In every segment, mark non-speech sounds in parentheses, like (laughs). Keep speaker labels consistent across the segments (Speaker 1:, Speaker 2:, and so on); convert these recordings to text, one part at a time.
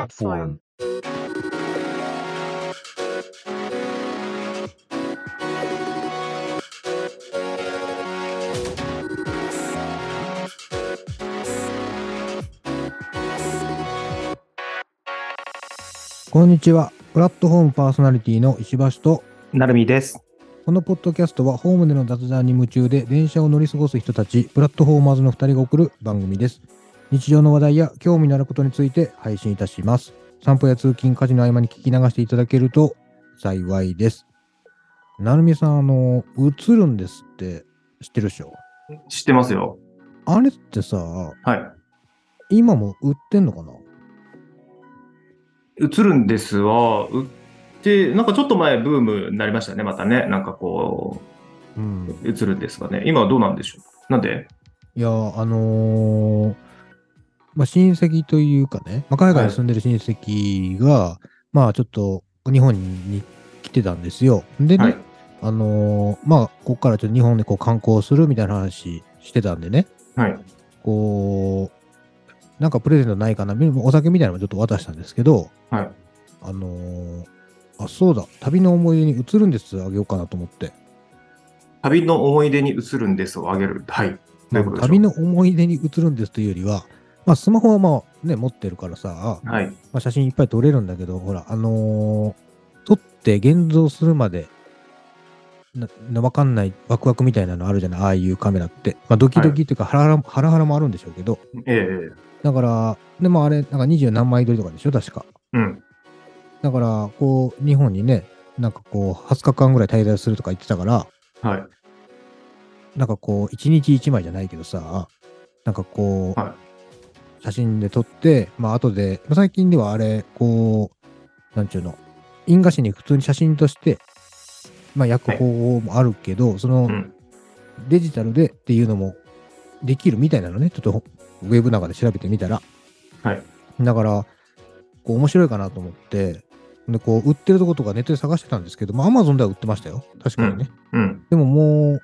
Speaker 1: platform,
Speaker 2: こんにちは。プラットフォームパーソナリティの石橋と、
Speaker 3: なるみです。
Speaker 2: このポッドキャストはホームでの雑談に夢中で電車を乗り過ごす人たち、プラットフォーマーズの2人が送る番組です。日常の話題や興味のあることについて配信いたします。散歩や通勤、家事の合間に聞き流していただけると幸いです。なるみさん、あの、映るんですって知ってるでしょ
Speaker 3: 知ってますよ。
Speaker 2: あれってさ、
Speaker 3: はい。
Speaker 2: 今も売ってんのかな
Speaker 3: 映るんですは、売って、なんかちょっと前ブームになりましたね、またね。なんかこ
Speaker 2: うん。
Speaker 3: う、映るんですがね。今はどうなんでしょう。なんで
Speaker 2: いやーあのーまあ、親戚というかね、まあ、海外に住んでる親戚が、まあちょっと日本に来てたんですよ。でね、
Speaker 3: はい。
Speaker 2: あのーまあここからちょっと日本でこう観光するみたいな話してたんでね、
Speaker 3: はい。
Speaker 2: こう、なんかプレゼントないかな、みお酒みたいなのもちょっと渡したんですけど、
Speaker 3: はい。
Speaker 2: あのーあ、そうだ、旅の思い出に移るんですあげようかなと思って。
Speaker 3: 旅の思い出に映るんですをあげる。はい。どういうことでしょう
Speaker 2: 旅の思い出に移るんですというよりは、まあ、スマホはまあ、ね、持ってるからさ、ま
Speaker 3: はい。
Speaker 2: あ、写真いっぱい撮れるんだけど、ほら、あのー撮って現像するまで、ななわかんないワクワクみたいなのあるじゃない、ああいうカメラって。まあ、ドキドキっていうか、ハラハラ、ハラハラもあるんでしょうけど、
Speaker 3: ええ
Speaker 2: だから、でもあれ、なんか二十何枚撮りとかでしょ、確か。
Speaker 3: うん。
Speaker 2: だから、こう、日本にね、なんかこう、20日間ぐらい滞在するとか言ってたから、
Speaker 3: はい。
Speaker 2: なんかこう、一日一枚じゃないけどさ、なんかこう、
Speaker 3: は
Speaker 2: 写真で撮って、まあ後で、まあ最近ではあれ、こう、なんちゅうの、印画紙に普通に写真として、まあ焼く方法もあるけど、その
Speaker 3: うん。
Speaker 2: デジタルでっていうのもできるみたいなのね、ちょっとほウェブの中で調べてみたら。
Speaker 3: はい。
Speaker 2: だから、こう面白いかなと思って、で、こう、売ってるとことかネットで探してたんですけど、まあ Amazon では売ってましたよ。確かにね。
Speaker 3: うん。
Speaker 2: でももう、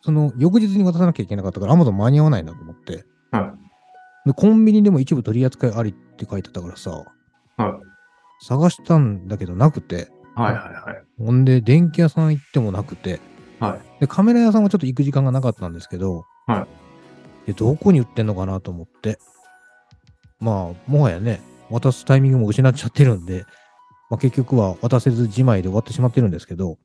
Speaker 2: その翌日に渡さなきゃいけなかったから、Amazon 間に合わないなと思って。
Speaker 3: は
Speaker 2: で、コンビニでも一部取り扱いありって書いてたからさ、
Speaker 3: は
Speaker 2: 探したんだけどなくて、
Speaker 3: はいはいはい。
Speaker 2: ほんで、電気屋さん行ってもなくて、
Speaker 3: は
Speaker 2: で、カメラ屋さんはちょっと行く時間がなかったんですけど、
Speaker 3: はい
Speaker 2: でどこに売ってんのかなと思って、まあ、もはやね、渡すタイミングも失っちゃってるんで、まあ、結局は渡せずじまいで終わってしまってるんですけど、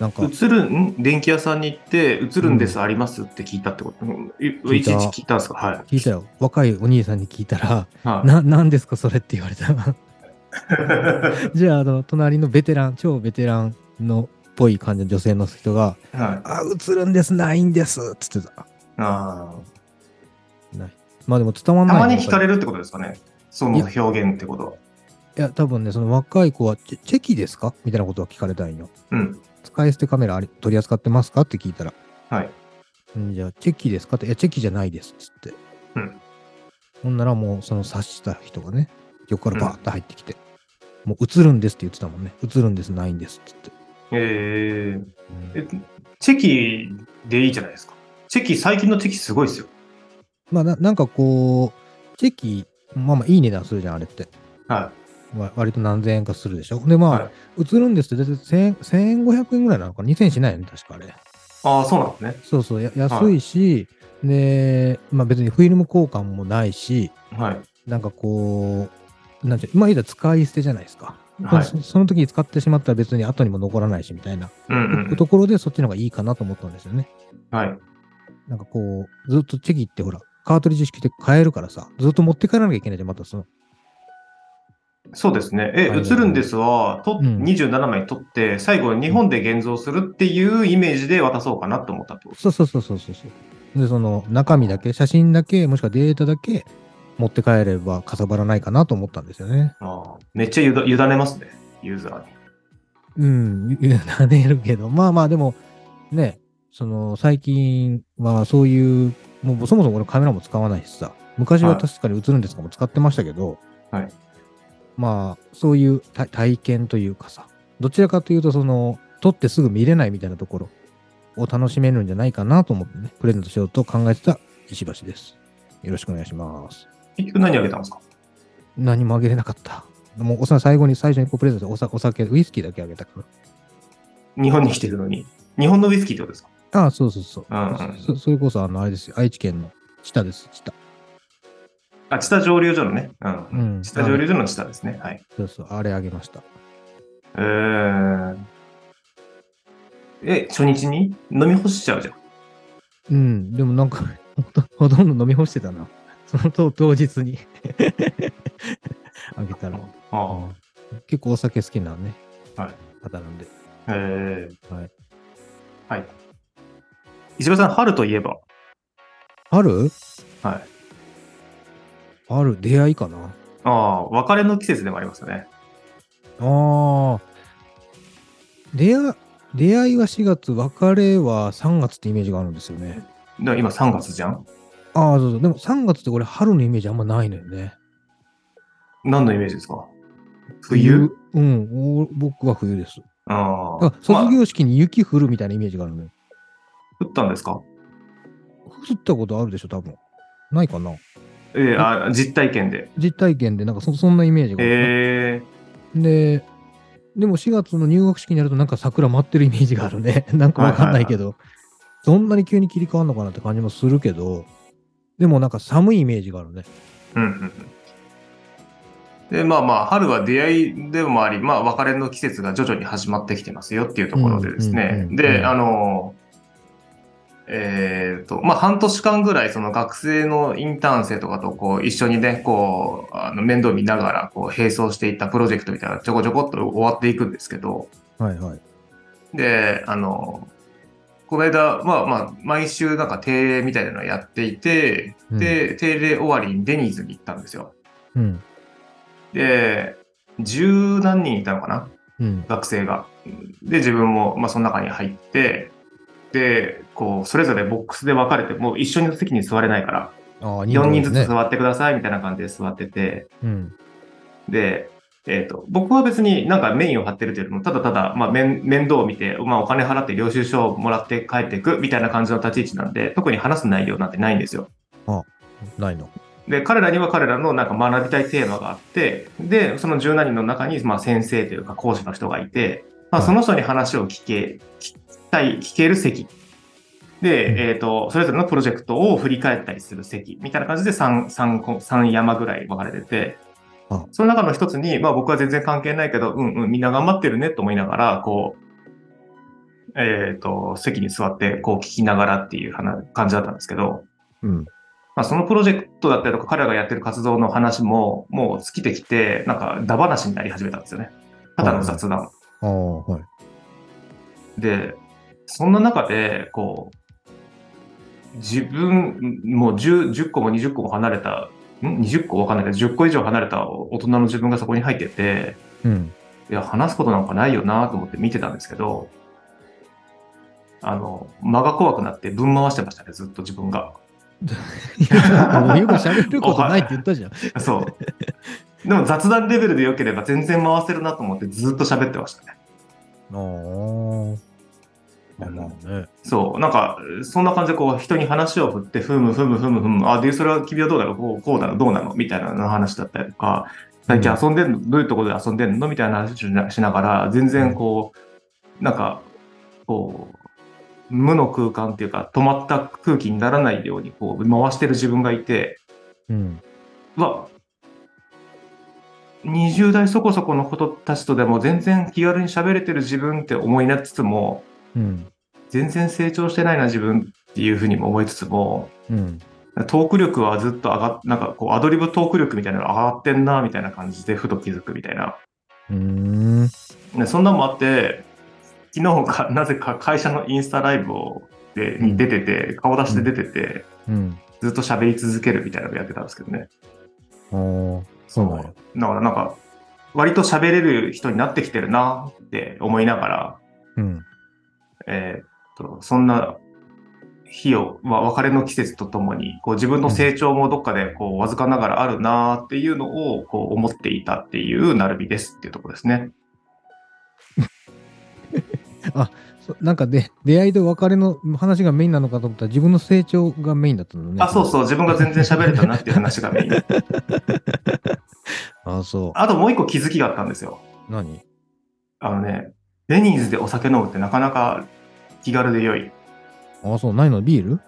Speaker 2: なんか、
Speaker 3: 映るん電気屋さんに行って、映るんですありますって聞いたってこと。うんい
Speaker 2: い
Speaker 3: 一
Speaker 2: た
Speaker 3: 日聞いたんですかはい。
Speaker 2: 聞いたよ。若いお兄さんに聞いたら、
Speaker 3: はい。
Speaker 2: な、なんですかそれって言われた。 (laughs) じゃあ、あの、隣のベテラン、超ベテランのっぽい感じの女性の人が、
Speaker 3: (laughs) はい。
Speaker 2: あ、映るんです、ないんです、つってた。
Speaker 3: あー
Speaker 2: まあでも伝わんな
Speaker 3: た
Speaker 2: い。
Speaker 3: まに惹かれ
Speaker 2: る。
Speaker 3: るってことですかね。その表現ってことは。
Speaker 2: いや、多分ね、その若い子は、チェチェキですかみたいなことは聞かれたいんよ。
Speaker 3: うん。
Speaker 2: 使い捨てカメラあり取り扱ってますかって聞いたら、
Speaker 3: はい。
Speaker 2: んじゃあ、チェキですかって、いや、チェキじゃないです、つって。
Speaker 3: うん。
Speaker 2: ほんならもう、その察した人がね、横からバーッと入ってきて、もう映るんですって言ってたもんね。映るんです、ないんです、つって。
Speaker 3: えー、
Speaker 2: うん
Speaker 3: えチェキでいいじゃないですか。チェキ、最近のチェキすごいですよ。
Speaker 2: まあな、なんかこう、チェキ、まあまあいい値段するじゃん、あれって。
Speaker 3: は
Speaker 2: わ割と何千円かするでしょ。で、まあ、
Speaker 3: は
Speaker 2: 映るんですって、大体1500円ぐらいなのかな、2000円しないよね、確かあれ。
Speaker 3: い。ああ、そうなんですね。
Speaker 2: そうそう、や安いし、で、まあ別にフィルム交換もないし、
Speaker 3: はい。
Speaker 2: なんかこう、なんていう、まあ言うたら使い捨てじゃないですか。
Speaker 3: はい。
Speaker 2: そその時に使ってしまったら別に後にも残らないしみたいな
Speaker 3: うんうん
Speaker 2: ところでそっちの方がいいかなと思ったんですよね。
Speaker 3: うん。はい。
Speaker 2: なんかこう、ずっとチェキってほら、カートリッジ式で買えるからさ、ずっと持って帰らなきゃいけないじゃん、またその
Speaker 3: そうですね。え、
Speaker 2: はい
Speaker 3: 映るんですは、と
Speaker 2: うん
Speaker 3: 27枚撮って、最後に日本で現像するっていうイメージで渡そうかなと思ったってことです。
Speaker 2: そうそうそうそうそうそう。で、その中身だけ、写真だけ、もしくはデータだけ持って帰ればかさばらないかなと思ったんですよね。
Speaker 3: ああめっちゃゆだ委ねますね、ユーザーに。
Speaker 2: うん、ゆ委ねるけど、まあまあでも、ね、その最近はそういう、もうそもそも俺カメラも使わないしさ、昔は確かに映るんですかも使ってましたけど、
Speaker 3: はい
Speaker 2: まあそういう体体験というかさ、どちらかというとその、撮ってすぐ見れないみたいなところを楽しめるんじゃないかなと思ってね、プレゼントしようと考えてた石橋です。よろしくお願いします。
Speaker 3: 結局何あげたんですか
Speaker 2: 何もあげれなかった。もうおさ最後に最初にこうプレゼントでおさお酒、ウイスキーだけあげたか。
Speaker 3: 日本に来てるのに。日本のウイスキーってことですから
Speaker 2: ああ、そうそうそう。
Speaker 3: うんうん
Speaker 2: そそれこそ、あの、あれですよ。愛知県の知多です、知多。
Speaker 3: あ、知多蒸留所のね。うん。
Speaker 2: うん。
Speaker 3: 知多蒸留所の知多ですね。はい。
Speaker 2: あのそうそう、あれあげました。
Speaker 3: えー、え、初日に飲み干しちゃうじゃん。
Speaker 2: うん、でもなんか (laughs) ほと、ほとんど飲み干してたな。 (laughs) その当当日に (laughs) あげたら。
Speaker 3: あ
Speaker 2: 結構お酒好きなね、
Speaker 3: はい
Speaker 2: 方なんで。
Speaker 3: あ。えー、
Speaker 2: はい。
Speaker 3: はい。石破さん、春といえば。
Speaker 2: 春
Speaker 3: はい。
Speaker 2: 春、出会いかな。
Speaker 3: ああ、別れの季節でもありますよね。
Speaker 2: ああ。出会出会いは4月、別れは3月ってイメージがあるんですよね。
Speaker 3: だから今3月じゃん
Speaker 2: ああ、そうそう。でも3月って俺、春のイメージあんまないのよね。
Speaker 3: 何のイメージですか冬
Speaker 2: うん、お僕は冬です。
Speaker 3: ああ。
Speaker 2: だから卒
Speaker 3: ま
Speaker 2: 業式に雪降るみたいなイメージがあるのよ。
Speaker 3: あ降ったんですか
Speaker 2: 降ったことあるでしょ、多分。ないかな。
Speaker 3: ええあ、実体験で。
Speaker 2: 実体験でなんかそそんなイメージがある
Speaker 3: ええ
Speaker 2: ででも4月の入学式になるとなんか桜待ってるイメージがあるね (laughs) なんかわかんないけど、そんなに急に切り替わるのかなって感じもするけどでもなんか寒いイメージがあるね
Speaker 3: うんうんうん。で、まあまあ、春は出会いでもあり、まあ、別れの季節が徐々に始まってきてますよっていうところでです
Speaker 2: うんうんうん
Speaker 3: ね
Speaker 2: う。ん
Speaker 3: で、あの、えっ、と、まあ、半年間ぐらい、その学生のインターン生とかと、こう、一緒にね、こう、あの面倒見ながら、こう、並走していったプロジェクトみたいなのがちょこちょこっと終わっていくんですけど、
Speaker 2: はいはい
Speaker 3: で、あの、この間、まあまあ、毎週なんか定例みたいなのやっていて、で、定例終わりにデニーズに行ったんですよ。
Speaker 2: うん
Speaker 3: で、十何人いたのかな
Speaker 2: うん
Speaker 3: 学生が。で、自分も、まあ、その中に入って、で、こう、それぞれボックスで分かれて、もう一緒の席に座れないから、
Speaker 2: ああ
Speaker 3: 4人ずつ
Speaker 2: ね
Speaker 3: 座ってくださいみたいな感じで座ってて、
Speaker 2: うん
Speaker 3: で、えっ、と、僕は別になんかメインを張ってるというよりも、ただただ、まあ、面、面倒を見て、まあ、お金払って領収書をもらって帰っていくみたいな感じの立ち位置なんで、特に話す内容なんてないんですよ。
Speaker 2: ないの
Speaker 3: で、彼らには彼らのなんか学びたいテーマがあって、で、その17人の中に、まあ、先生というか講師の人がいて、まあ、
Speaker 2: はい
Speaker 3: その人に話を聞け、聞きたい、聞ける席。
Speaker 2: うん
Speaker 3: で、えっ、と、それぞれのプロジェクトを振り返ったりする席みたいな感じで3、三個三山ぐらい分かれてて、
Speaker 2: あ
Speaker 3: その中の一つに、まあ僕は全然関係ないけど、うんうん、みんな頑張ってるねと思いながら、こう、えっ、と、席に座って、こう聞きながらっていう話感じだったんですけど、
Speaker 2: うん
Speaker 3: まあ、そのプロジェクトだったりとか、彼らがやってる活動の話も、もう尽きてきて、なんか、だ話になり始めたんですよね。ただの雑談。
Speaker 2: ああはい
Speaker 3: で、そんな中で、こう、自分、もう 10, 10個も20個も離れた、ん ?20 個わかんないけど、10個以上離れた大人の自分がそこに入ってて、
Speaker 2: (laughs) うん
Speaker 3: いや、話すことなんかないよなと思って見てたんですけど、あの、間が怖くなってぶん回してましたね、ずっと自分が。
Speaker 2: いやもうよく喋ることないって言った (laughs) じゃん
Speaker 3: そう。でも雑談レベルで良ければ全然回せるなと思ってずっと喋ってましたね。
Speaker 2: ああまあまあね
Speaker 3: そう。なんか、そんな感じでこう、人に話を振って、ふむふむふむふむ、あ、で、それは君はどうだろうこう、こうなのどうなのみたいな話だったりとか、最近遊んでんのどういうところで遊んでんのみたいな話をしなしながら、全然こう、なんか、こう、無の空間っていうか、止まった空気にならないように、こう、回してる自分がいて、
Speaker 2: うん
Speaker 3: うわ20代そこそこのことたちとでも全然気軽に喋れてる自分って思いなつつも
Speaker 2: うん
Speaker 3: 全然成長してないな自分っていうふうにも思いつつも
Speaker 2: うん
Speaker 3: トーク力はずっと上がっなんかこうアドリブトーク力みたいなの上がってんなみたいな感じでふと気づくみたいな
Speaker 2: うーん
Speaker 3: ねそんなのもあって昨日か (laughs) なぜか会社のインスタライブをでに出てて顔出して出てて
Speaker 2: うん
Speaker 3: ずっと喋り続けるみたいなのをやってたんですけどね
Speaker 2: ああそうなんや
Speaker 3: だからなんか、割と喋れる人になってきてるなって思いながら、
Speaker 2: うん
Speaker 3: えーっと、そんな日を、まあ、別れの季節とともに、こう自分の成長もどっかでこうわずかながらあるなっていうのをこう思っていたっていうなるみですっていうところですね。
Speaker 2: そなんかで出会いと別れの話がメインなのかと思ったら自分の成長がメインだったのね。
Speaker 3: あ、そうそう、自分が全然喋れたなっていう話がメイン。
Speaker 2: あ、そ
Speaker 3: あともう一個気づきがあったんですよ。
Speaker 2: う。何
Speaker 3: あのね、デニーズでお酒飲むってなかなか気軽で良い。
Speaker 2: あ、そう。ないのビール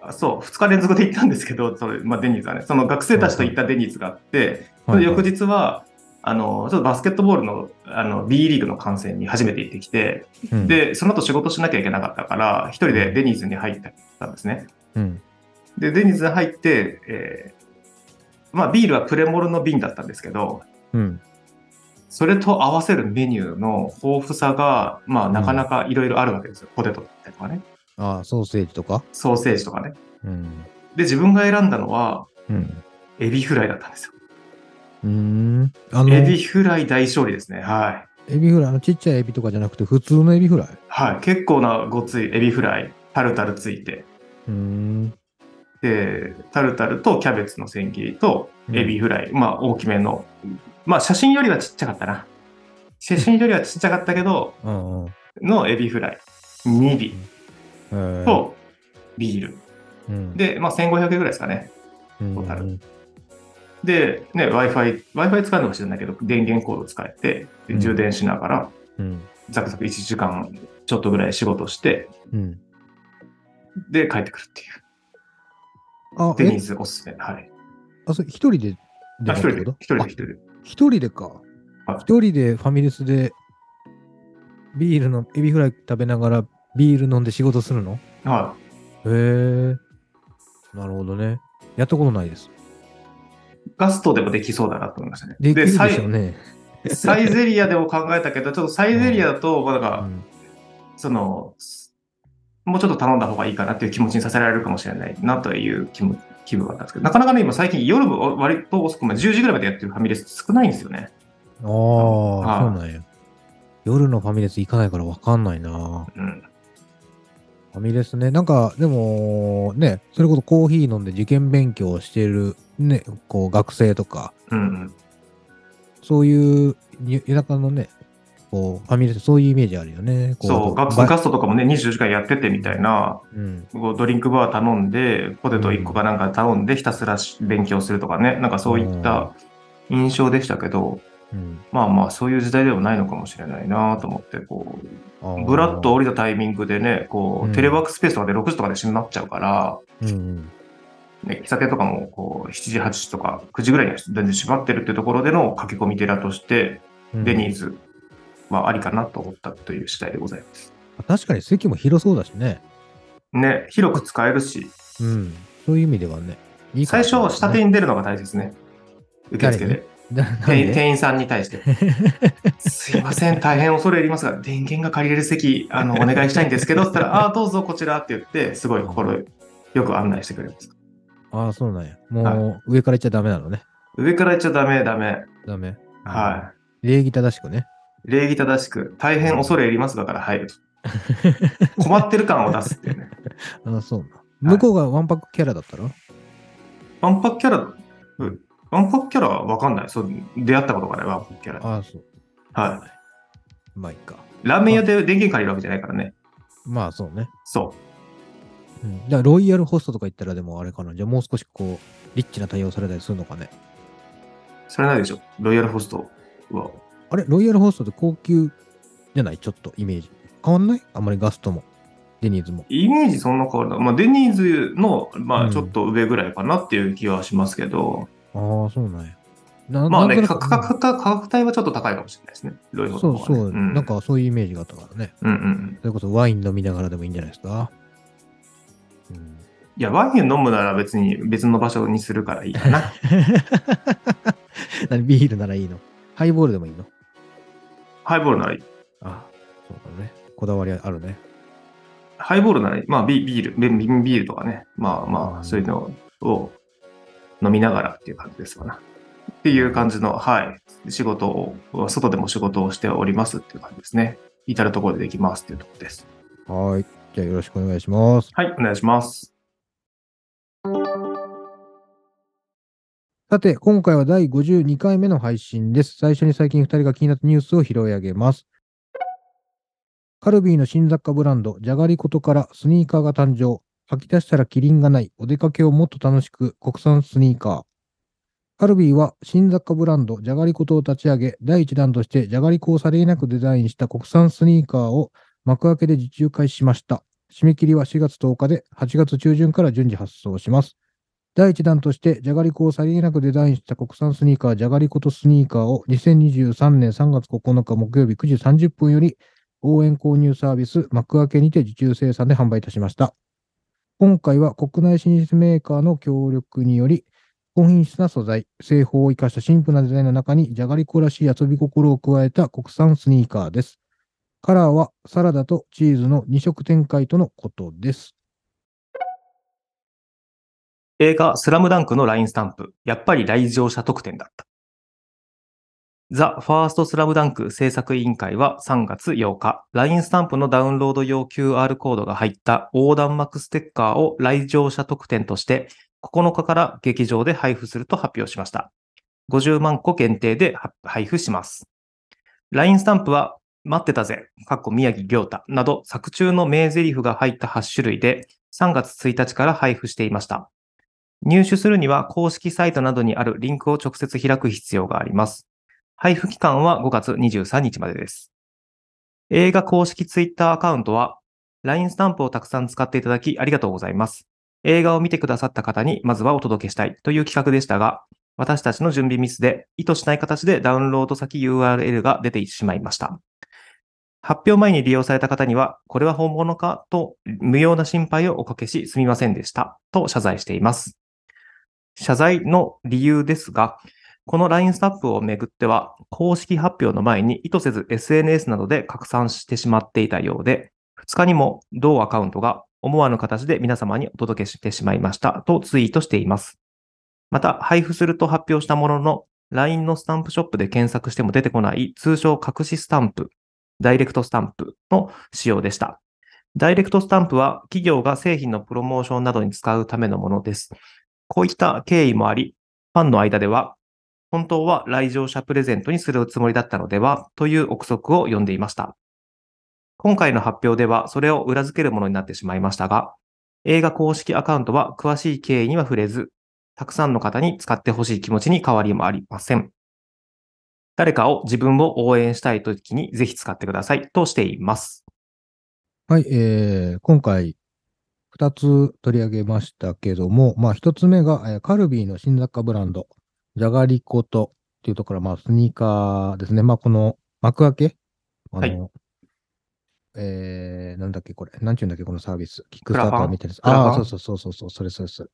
Speaker 3: あそう、2日連続で行ったんですけど、それまあ、デニーズはね、その学生たちと行ったデニーズがあって、その翌
Speaker 2: 日。
Speaker 3: 日は、あの、ちょっとバスケットボールのあの B リーグの観戦に初めて行ってきて、
Speaker 2: うん、
Speaker 3: で、その後仕事しなきゃいけなかったから、一人でデニーズに入ったんですね。
Speaker 2: うん。
Speaker 3: で、デニーズに入って、えーまあ、ビールはプレモルの瓶だったんですけど、
Speaker 2: うん。
Speaker 3: それと合わせるメニューの豊富さが、まあ、なかなかいろいろあるわけですよ。ポテトだったりとかね、
Speaker 2: あ、ソーセージとか
Speaker 3: ソーセージとかね。
Speaker 2: うん。
Speaker 3: で、自分が選んだのは、
Speaker 2: うん。
Speaker 3: エビフライだったんですよ。
Speaker 2: うーん。あの、
Speaker 3: エビフライ大勝利ですね。はい。
Speaker 2: エビフライ、あの、ちっちゃいエビとかじゃなくて、普通のエビフライ。
Speaker 3: はい。結構なごついエビフライ、タルタルついて、
Speaker 2: うーん。
Speaker 3: で、タルタルとキャベツの千切りとエビフライ、まあ大きめの、まあ写真よりはちっちゃかったな。写真よりはちっちゃかったけど、
Speaker 2: うんうん。
Speaker 3: のエビフライ2
Speaker 2: え
Speaker 3: 尾
Speaker 2: ー、
Speaker 3: とビール。
Speaker 2: うん、
Speaker 3: で、まあ1500円ぐらいですかね。
Speaker 2: うん、
Speaker 3: トータルで、ね、Wi-Fi、Wi-Fi 使うのかもしれないけど、電源コード使えて、で充電しながら、
Speaker 2: うん。
Speaker 3: ザクザク1時間ちょっとぐらい仕事して、
Speaker 2: うん。
Speaker 3: で帰ってくるっていう。
Speaker 2: あ、
Speaker 3: デニー
Speaker 2: え、
Speaker 3: ズおすすめ。はい。
Speaker 2: あ、それ一人で
Speaker 3: あ
Speaker 2: 出
Speaker 3: 一
Speaker 2: た
Speaker 3: 人
Speaker 2: っ
Speaker 3: で
Speaker 2: て、
Speaker 3: 一
Speaker 2: こと
Speaker 3: 人で
Speaker 2: あ一
Speaker 3: 一人で。
Speaker 2: 人でか
Speaker 3: はい。
Speaker 2: 一人でファミレスでビールのエビフライ食べながらビール飲んで仕事するの
Speaker 3: は
Speaker 2: へえ。なるほどね。やったことないです。
Speaker 3: い。ガストでもできそうだなと思いましたね。
Speaker 2: できるで
Speaker 3: サイ
Speaker 2: しょうね。
Speaker 3: サイゼリアでも考えたけど、ちょっとサイゼリアだと、まあなん
Speaker 2: う
Speaker 3: か、
Speaker 2: ん
Speaker 3: その、もうちょっと頼んだ方がいいかなっていう気持ちにさせられるかもしれないなという気も気分があったんですけど、なかなかね、今最近夜も割と遅くまで10時ぐらいまでやってるファミレス少ないんですよね。
Speaker 2: ああ、そう
Speaker 3: ああ
Speaker 2: なんや。夜のファミレス行かないからわかんないな。
Speaker 3: うん。
Speaker 2: ファミレスね。なんか、でも、ね、それこそコーヒー飲んで受験勉強をしてる、ね、こう、学生とか、
Speaker 3: うんうん。
Speaker 2: そういう、ゆ田舎のね、こう、ファミレス、そういうイメージあるよね。こ
Speaker 3: そう、ガ
Speaker 2: ば
Speaker 3: ガストとかもね、24時間やっててみたいな、
Speaker 2: うん。
Speaker 3: こうドリンクバー頼んで、ポテト1個かなんか頼んで、ひたすらし勉強するとかね、なんかそういった印象でしたけど、
Speaker 2: うん
Speaker 3: まあまあ、そういう時代ではないのかもしれないなと思って、こう、
Speaker 2: あー
Speaker 3: ブラッと降りたタイミングでね、こ
Speaker 2: うん
Speaker 3: う、テレワークスペースとかで6時とかで閉まっちゃうから、
Speaker 2: うんうん。
Speaker 3: ね、喫茶店とかもこう、7時、8時とか9時ぐらいには全然閉まってるってところでの駆け込み寺として、
Speaker 2: うん
Speaker 3: デニーズはありかなと思ったという次第でございま
Speaker 2: 確
Speaker 3: す。
Speaker 2: かに席も広そうだしね。
Speaker 3: ね、広く使えるし、
Speaker 2: うん。そういう意味ではね。いいか
Speaker 3: 最
Speaker 2: もしれない
Speaker 3: 初、下手に出るのが大切ね。受付で。
Speaker 2: ななん
Speaker 3: 店員
Speaker 2: で
Speaker 3: 店員さんに
Speaker 2: (laughs)
Speaker 3: 対して。すいません、大変恐れ入りますが、電源が借りれる席、あの、お願いしたいんですけど、つったら、ああー、どうぞこちらって言って、すごい心よく案内してくれます。
Speaker 2: ああ、そうなんや。もう、上から行っちゃダメなのね。
Speaker 3: 上から言っちゃダメ、ダメ。
Speaker 2: ダメ。。
Speaker 3: はい
Speaker 2: 礼儀正しくね。
Speaker 3: い。礼儀正しく、大変恐れ入りますだから入る
Speaker 2: (laughs)
Speaker 3: と。困ってる感を出すっていうね。
Speaker 2: ああ、そうなん。向こうがワンパクキャラだったら、
Speaker 3: ワンパクキャラ、うんワンパクキャラはわかんない。そう、出会ったことがない、ワンパクキャラ。
Speaker 2: ああ、そう。
Speaker 3: は
Speaker 2: まあ、いいか。
Speaker 3: い。ラーメン屋で電源借りるわけじゃないからね。
Speaker 2: まあ、そうね。
Speaker 3: そ
Speaker 2: うん。だからロイヤルホストとか行ったらでもあれかな。じゃあもう少しこう、リッチな対応されたりするのかね。
Speaker 3: う。それないでしょ。ロイヤルホストは。
Speaker 2: あれロイヤルホストって高級じゃないちょっとイメージ。変わんないあんまりガストも、デニーズも。
Speaker 3: イメージそんな変わらない。まあ、デニーズの、
Speaker 2: う
Speaker 3: まあ、
Speaker 2: ん
Speaker 3: ちょっと上ぐらいかなっていう気はしますけど、
Speaker 2: ああ、そうなんや。な
Speaker 3: まあね、
Speaker 2: なん
Speaker 3: 価
Speaker 2: となく
Speaker 3: 格価格価格帯はちょっと高いかもしれないですね。ロイヤルホスト
Speaker 2: そ
Speaker 3: は
Speaker 2: う
Speaker 3: ね
Speaker 2: そう、
Speaker 3: ん
Speaker 2: なんかそういうイメージがあったからね。
Speaker 3: うんうんうん。
Speaker 2: それこそワイン飲みながらでもいいんじゃないですか。うん、 (laughs)
Speaker 3: いや、ワイン飲むなら別に別の場所にするからいい
Speaker 2: (laughs)
Speaker 3: かな。
Speaker 2: 何ビールならいいのハイボールでもいいの
Speaker 3: ハイボールならいい。
Speaker 2: あそうだね。こだわりあるね。
Speaker 3: ハイボールならいい。まあビ、ビール、ビビビールとかね。まあまあ、そういうのを飲みながらっていう感じですかな。っていう感じの、はい。仕事を、外でも仕事をしておりますっていう感じですね。至るところでできますっていうところです。
Speaker 2: はーい。じゃあよろしくお願いします。
Speaker 3: はい、お願いします。
Speaker 2: さて、今回は第52回目の配信です。最初に最近2人が気になったニュースを拾い上げます。カルビーの新雑貨ブランド、じゃがりことからスニーカーが誕生。吐き出したらキリンがない。お出かけをもっと楽しく、国産スニーカー。カルビーは新雑貨ブランド、じゃがりことを立ち上げ、第一弾としてじゃがりこをさりげなくデザインした国産スニーカーを幕開けで受注開始しました。締め切りは4月10日で、8月中旬から順次発送します。第一弾として、じゃがりこをさりげなくデザインした国産スニーカー、じゃがりことスニーカーを2023年3月9日木曜日9時30分より、応援購入サービス、幕開けにて受注生産で販売いたしました。今回は国内進出メーカーの協力により、高品質な素材、製法を生かしたシンプルなデザインの中に、じゃがりこらしい遊び心を加えた国産スニーカーです。カラーはサラダとチーズの2色展開とのことです。
Speaker 3: 映画スラムダンクのラインスタンプ、やっぱり来場者特典だった。ザ・ファーストスラムダンク制作委員会は3月8日、LINE スタンプのダウンロード用 QR コードが入った横断幕ステッカーを来場者特典として9日から劇場で配布すると発表しました。50万個限定では配布します。LINE スタンプは待ってたぜ、かっこ宮城亮太など作中の名台詞が入った8種類で3月1日から配布していました。入手するには公式サイトなどにあるリンクを直接開く必要があります。配布期間は5月23日までです。映画公式ツイッターアカウントは LINE スタンプをたくさん使っていただきありがとうございます。映画を見てくださった方にまずはお届けしたいという企画でしたが、私たちの準備ミスで意図しない形でダウンロード先 URL が出てしまいました。発表前に利用された方には、これは本物かと無用な心配をおかけしすみませんでしたと謝罪しています。謝罪の理由ですが、この LINE スタンプをめぐっては、公式発表の前に意図せず SNS などで拡散してしまっていたようで、2日にも同アカウントが思わぬ形で皆様にお届けしてしまいましたとツイートしています。また、配布すると発表したものの、LINE のスタンプショップで検索しても出てこない通称隠しスタンプ、ダイレクトスタンプの使用でした。ダイレクトスタンプは企業が製品のプロモーションなどに使うためのものです。こういった経緯もあり、ファンの間では、本当は来場者プレゼントにするつもりだったのではという憶測を呼んでいました。今回の発表ではそれを裏付けるものになってしまいましたが、映画公式アカウントは詳しい経緯には触れず、たくさんの方に使ってほしい気持ちに変わりもありません。誰かを自分を応援したいときにぜひ使ってくださいとしています。
Speaker 2: はい、えー、今回2つ取り上げましたけども、まあ1つ目が、えーカルビーの新雑貨ブランド、じゃがりことっていうところは、まあスニーカーですね。まあこの幕開け、あの、
Speaker 3: はい
Speaker 2: えー、なんだっけこれ、なんていうんだっけこのサービス、キック
Speaker 3: ク
Speaker 2: スター
Speaker 3: ラファン
Speaker 2: ターみたいなやつ。
Speaker 3: クラファン
Speaker 2: ああー、そうそうそうそうそう、それそれそれ。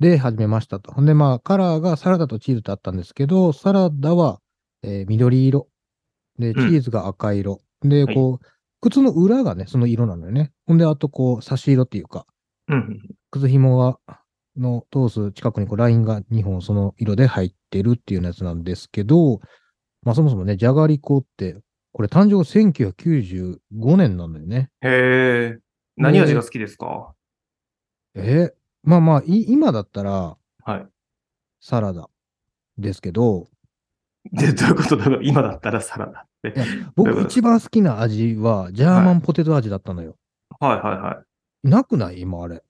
Speaker 2: で、始めましたと。ほんで、まあカラーがサラダとチーズとあったんですけど、サラダは、えー緑色。で、チ
Speaker 3: うん
Speaker 2: ーズが赤色。で、
Speaker 3: はい
Speaker 2: こう、靴の裏がね、その色なのよね。ほんで、あとこう、差し色っていうか、
Speaker 3: うん。
Speaker 2: 靴紐が、の通す近くにこう、ラインが2本その色で入ってるっていうやつなんですけど、まあそもそもね、じゃがりこって、これ誕生1995年なんだよね。
Speaker 3: へえ。何味が好きですか
Speaker 2: えーまあまあ、い今だったら、
Speaker 3: はい。
Speaker 2: サラダですけど、
Speaker 3: で、 (laughs) どういうことだろう今だったらサラダって。はい
Speaker 2: 僕
Speaker 3: どういうことです
Speaker 2: 一
Speaker 3: か
Speaker 2: 番好きな味は、ジャーマンポテト味だったのよ。
Speaker 3: はいはい。
Speaker 2: なくない今あれ。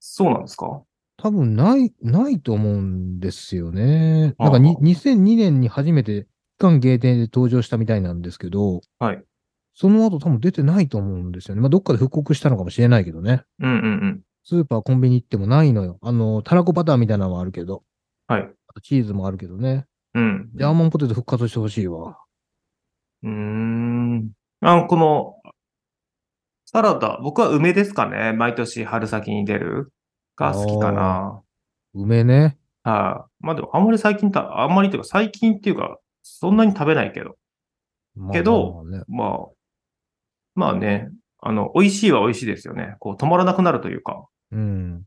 Speaker 3: そうなんですか
Speaker 2: 多分ない、ないと思うんですよね。
Speaker 3: あ
Speaker 2: な
Speaker 3: あ
Speaker 2: んかに2002年に初めて期間限定で登場したみたいなんですけど、
Speaker 3: はい。
Speaker 2: その後多分出てないと思うんですよね。まあ、どっかで復刻したのかもしれないけどね。
Speaker 3: うんうんうん。
Speaker 2: スーパー、コンビニ行ってもないのよ。あの、たらこバターみたいなのはあるけど。
Speaker 3: はい。
Speaker 2: あとチーズもあるけどね。
Speaker 3: うん。
Speaker 2: ジャーマンポテト復活してほしいわ。
Speaker 3: うーん。あの、この、サラダ、僕は梅ですかね。毎年春先に出るが好きかな。
Speaker 2: 梅ね。
Speaker 3: はい。まあでも、あんまり最近た、あんまりというか、最近っていうか、そんなに食べないけど。
Speaker 2: まあ
Speaker 3: けど
Speaker 2: まあまあね
Speaker 3: まあ、まあね、あの、美味しいは美味しいですよね。こう、止まらなくなるというか。
Speaker 2: うん。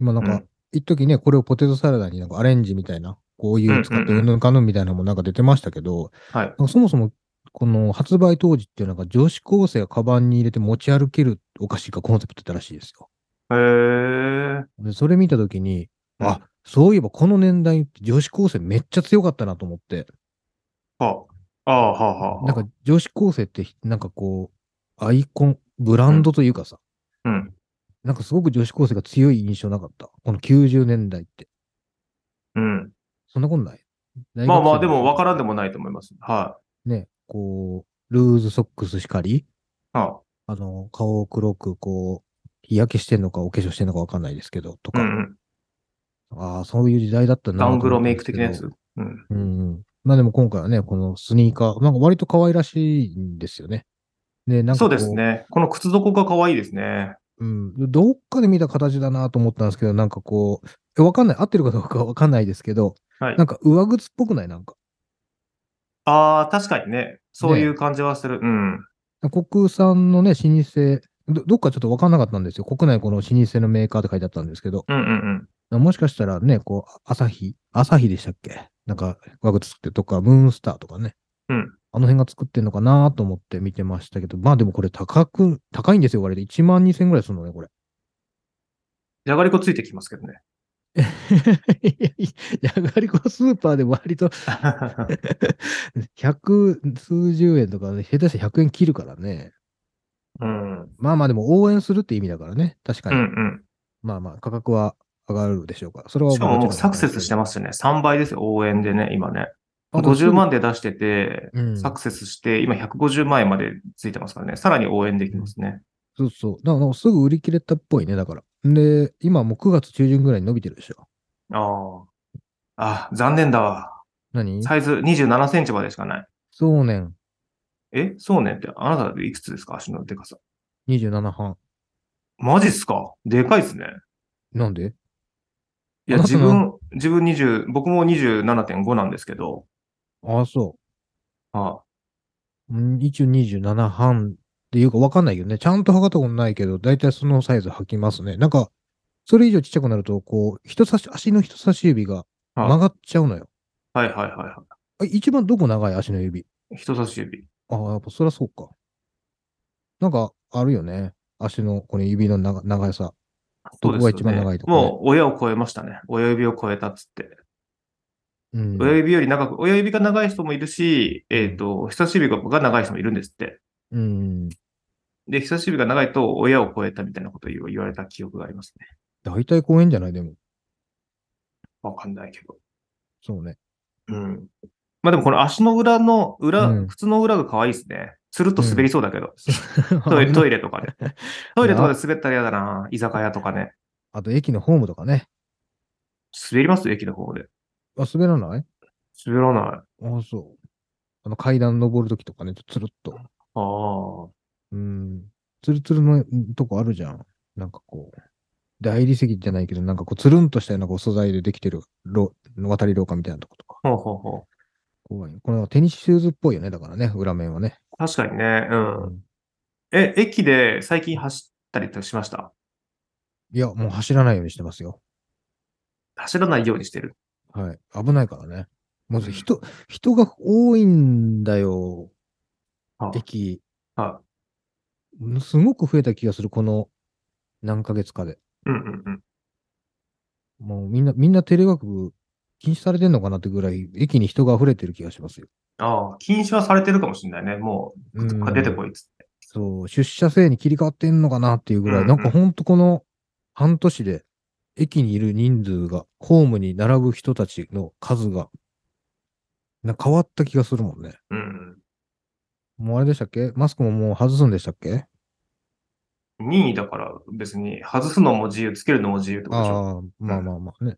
Speaker 2: 今なん
Speaker 3: う
Speaker 2: か
Speaker 3: ん、
Speaker 2: 一時ね、これをポテトサラダになんかアレンジみたいな、こういう使って
Speaker 3: うんうんうん
Speaker 2: うんぬんかんぬんみたいなのもなんか出てましたけど、
Speaker 3: はい。
Speaker 2: そもそも、この発売当時っていうのが女子高生がカバンに入れて持ち歩けるお菓子がコンセプトだったらしいですよ。
Speaker 3: へえ。
Speaker 2: で、それ見たときに、
Speaker 3: うん
Speaker 2: あ、そういえばこの年代って女子高生めっちゃ強かったなと思って、
Speaker 3: はあ、ああ、はあ、はあ。
Speaker 2: なんか、女子高生ってなんかこう、アイコン、ブランドというかさ、
Speaker 3: うん。
Speaker 2: なんかすごく女子高生が強い印象なかった。この90年代って。
Speaker 3: うん。
Speaker 2: そんなことない。大学生
Speaker 3: まあまあ、でも分からんでもないと思います。は
Speaker 2: ね、こう、ルーズソックスしかり、
Speaker 3: い。は
Speaker 2: あの、顔を黒く、こう、日焼けしてんのか、お化粧してんのかわかんないですけど、と
Speaker 3: い。う
Speaker 2: か、
Speaker 3: んうん。
Speaker 2: ああ、そういう時代だったな
Speaker 3: ダ
Speaker 2: と
Speaker 3: ウ
Speaker 2: 思
Speaker 3: ングロメイク
Speaker 2: ったん
Speaker 3: 的
Speaker 2: ですけど
Speaker 3: なやつ。う
Speaker 2: う
Speaker 3: ん。
Speaker 2: んうん。まあでも今回はね、このスニーカー、なんか割と可愛らしいんですよね。で、なんか
Speaker 3: そ
Speaker 2: こ
Speaker 3: うです。ね。この靴底が可愛いですね。
Speaker 2: うん。どっかで見た形だなと思ったんですけど、なんかこう、えわかんない。合ってるかどうかわかんないですけど、
Speaker 3: はい
Speaker 2: なん。か上靴っぽくないなんか。
Speaker 3: ああ、確かにね。そういう感じはする。うん。
Speaker 2: 国産のね、老舗、どどっかちょっとわかんなかったんですよ。国内この老舗のメーカーって書いてあったんですけど、
Speaker 3: うんうんうん。
Speaker 2: もしかしたらね、こう、朝日、朝日でしたっけなんか、ワグツってとか、ムーンスターとかね。
Speaker 3: うん
Speaker 2: あの辺が作ってんのかなと思って見てましたけど、まあでもこれ高く、高いんですよ、割と。1万2000円ぐらいするのね、こ
Speaker 3: (laughs)
Speaker 2: れ。
Speaker 3: じゃがりこついてきますけどね。
Speaker 2: いやいやじゃがりこスーパーで割と100数十円とか、ね、下手して100円切るからね。
Speaker 3: うん。うん
Speaker 2: まあまあでも応援するって意味だからね。確か
Speaker 3: う
Speaker 2: に。
Speaker 3: ん。
Speaker 2: まあまあ価格は上がるでしょうか。それは
Speaker 3: しかももうサクセスして
Speaker 2: ま
Speaker 3: ますよね。3倍ですよ、応援でね、今ね。50万で出してて、
Speaker 2: うん、
Speaker 3: サクセスして、今150万円までついてますからね。さらに応援できますね。
Speaker 2: そうそう。だからなんかすぐ売り切れたっぽいね、だから。で、今もう9月中旬ぐらいに伸びてるでしょ。
Speaker 3: ああ。あ、残念だわ。
Speaker 2: 何
Speaker 3: サイズ27センチまでしかない。
Speaker 2: そうねん、
Speaker 3: えそうねんって、あなたいくつですか足のでかさ。
Speaker 2: 27半。
Speaker 3: マジっすかでかいっすね。
Speaker 2: なんで
Speaker 3: い
Speaker 2: あな
Speaker 3: や、
Speaker 2: た
Speaker 3: 自
Speaker 2: の
Speaker 3: 分、自分20、僕も27.5なんですけど、
Speaker 2: ああ、そ
Speaker 3: あ
Speaker 2: う。うん一応27半っていうかわかんないけどね。ちゃんと測ったことないけど、だいたいそのサイズ履きますね。なんか、それ以上ちっちゃくなると、こう、人差し、足の人差し指が曲がっちゃうのよ。
Speaker 3: はいはいはいは
Speaker 2: あ一番どこ長い足の指。
Speaker 3: い。人差し指。
Speaker 2: ああ、やっぱそりゃそうか。なんか、あるよね。足の、この指の長長さ。
Speaker 3: そう
Speaker 2: ど
Speaker 3: ですよね
Speaker 2: こが一番長いとかね
Speaker 3: もう親を超えましたね。親指を超えたっつって。
Speaker 2: うん。
Speaker 3: 親指より長く、親指が長い人もいるし、えっ、と、人差し指がが長い人もいるんですって。
Speaker 2: うん。
Speaker 3: で、人差し指が長いと親を超えたみたいなことを言わ言われた記憶がありますね。
Speaker 2: 大体公園じゃないでも。
Speaker 3: わかんないけど。
Speaker 2: そうね。
Speaker 3: うん。まあでもこの足の裏の裏、
Speaker 2: うん
Speaker 3: 靴の裏が可愛いですね。つるっと滑りそうだけど。ト (laughs) イレ、
Speaker 2: あ
Speaker 3: トイレとかで。トイレとかで滑ったら嫌だな。居酒屋とかね。
Speaker 2: あと、駅のホームとかね。
Speaker 3: 滑ります駅の方で。
Speaker 2: あ、滑らない
Speaker 3: 滑らない。
Speaker 2: あ、そう。あの、階段登るときとかね、つるっと。
Speaker 3: ああ。
Speaker 2: うん。つるつるのんとこあるじゃん。なんかこう。大理石じゃないけど、なんかこう、つるんとしたようなこう素材でできてるろ渡り廊下みたいなとことか。
Speaker 3: ほうほうほ
Speaker 2: 怖いよこれはテニスシューズっぽいよね、だからね、裏面はね。
Speaker 3: う。確かにね。うん。
Speaker 2: ん
Speaker 3: え、駅で最近走ったりとしました
Speaker 2: いや、もう走らないようにしてますよ。
Speaker 3: 走らないようにしてる。
Speaker 2: はい。危ないからね。もう人、人が多いんだよ
Speaker 3: あ。
Speaker 2: 駅。
Speaker 3: は
Speaker 2: すごく増えた気がする、この何ヶ月かで。
Speaker 3: い。うんうんうん。
Speaker 2: もうみんな、みんなテレワーク禁止されてんのかなってぐらい、駅に人が溢れてる気がしますよ。
Speaker 3: ああ、禁止はされてるかもしれないね。もう、
Speaker 2: うん
Speaker 3: 出てこいっつって。
Speaker 2: そう、出社制に切り替わってんのかなっていうぐら
Speaker 3: う
Speaker 2: い、
Speaker 3: んう
Speaker 2: なんんかほんとこの半年で、駅にいる人数が、ホームに並ぶ人たちの数が、な変わった気がするもんね。
Speaker 3: うん。
Speaker 2: もうあれでしたっけマスクももう外すんでしたっけ
Speaker 3: 任意だから別に外すのも自由、つけるのも自由ってことでしょ。
Speaker 2: ああ、まあまあまあね。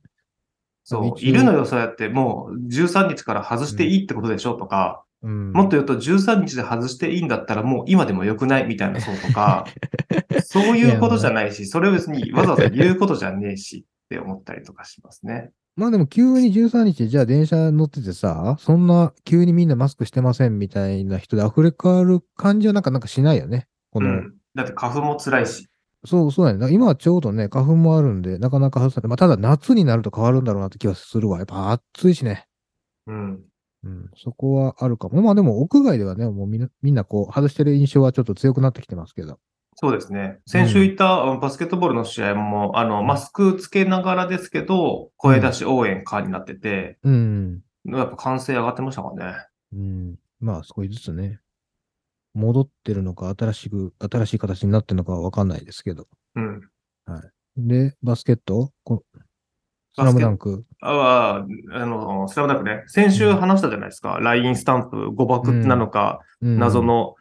Speaker 3: そう。
Speaker 2: 一応
Speaker 3: いるのよ、そうやって。もう13日から外していいってことでしょとか、
Speaker 2: うん、
Speaker 3: もっと言うと13日で外していいんだったらもう今でも良くないみたいなそうと (laughs) か、そういうことじゃないし、それを別にわざわざ言うことじゃねえしって思ったりとかしますね。
Speaker 2: まあでも急に13日、じゃあ電車乗っててさ、そんな急にみんなマスクしてませんみたいな人で溢れ変わる感じはなんかなんかしないよね。こ
Speaker 3: う
Speaker 2: の、
Speaker 3: ん。だって花粉も辛いし。
Speaker 2: そうそうだね。だから今はちょうどね、花粉もあるんで、なかなか外さない。まあただ夏になると変わるんだろうなって気はするわ。やっぱ暑いしね。
Speaker 3: うん。
Speaker 2: うん、そこはあるかも。まあでも屋外ではね、もうみんな、みんなこう、外してる印象はちょっと強くなってきてますけど。
Speaker 3: そうですね。先週行ったあのバスケットボールの試合も、あの、マスクつけながらですけど、声出し応援かになってて、
Speaker 2: うん。
Speaker 3: やっぱ歓声上がってましたからね。
Speaker 2: うん。まあ少しずつね、戻ってるのか、新しく、新しい形になってるのかはわかんないですけど。
Speaker 3: うん。
Speaker 2: で、バスケットこスラムダンク。
Speaker 3: ああ、あの、スラムダンクね。先週話したじゃないですか。LINE スタンプ誤爆なのか、
Speaker 2: うん
Speaker 3: 謎。の、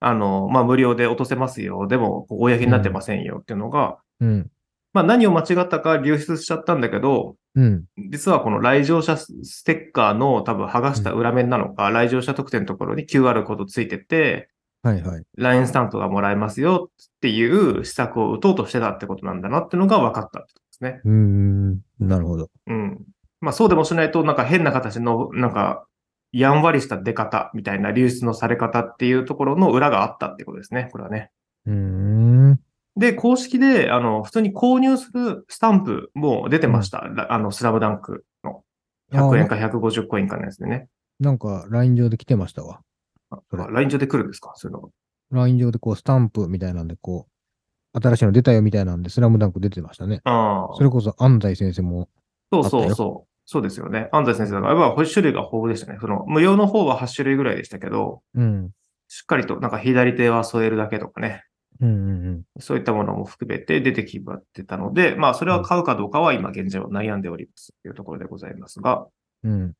Speaker 3: あの、まあ、無料で落とせますよ。でも、こう公になってませんよっていうのが、
Speaker 2: うん。
Speaker 3: まあ、何を間違ったか流出しちゃったんだけど、
Speaker 2: うん。
Speaker 3: 実はこの来場者ステッカーの多分剥がした裏面なのか、来場者特典のところに QR コードついてて、
Speaker 2: はいはい。
Speaker 3: LINE スタンプがもらえますよっていう施策を打とうとしてたってことなんだなっていうのが分かったってことですね。
Speaker 2: うーん。なるほど。
Speaker 3: うん。まあそうでもしないと、なんか変な形の、なんか、やんわりした出方みたいな流出のされ方っていうところの裏があったってことですね。これはね。
Speaker 2: うーん。
Speaker 3: で、公式で、あの、普通に購入するスタンプも出てました。らあの、スラムダンクの100円か150コインかのやつでね。
Speaker 2: なんか、LINE 上で来てましたわ。
Speaker 3: あ
Speaker 2: それ
Speaker 3: LINE 上で来るんですかそういうのが。
Speaker 2: LINE 上でこう、スタンプみたいなんで、こう、新しいの出たよみたいなんで、スラムダンク出てましたね。
Speaker 3: ああ。
Speaker 2: それこそ安西先生も、
Speaker 3: そ
Speaker 2: あ
Speaker 3: う
Speaker 2: った
Speaker 3: そう
Speaker 2: よ
Speaker 3: そう。そうですよね。安西先生だから、やっぱ種類が豊富でしたね。その、無料の方は8種類ぐらいでしたけど、
Speaker 2: うん。
Speaker 3: しっかりと、なんか左手は添えるだけとかね。
Speaker 2: うんうんうん。
Speaker 3: そういったものも含めて出てきまってたので、まあ、それは買うかどうかは今現状悩んでおりますというところでございますが、
Speaker 2: うん。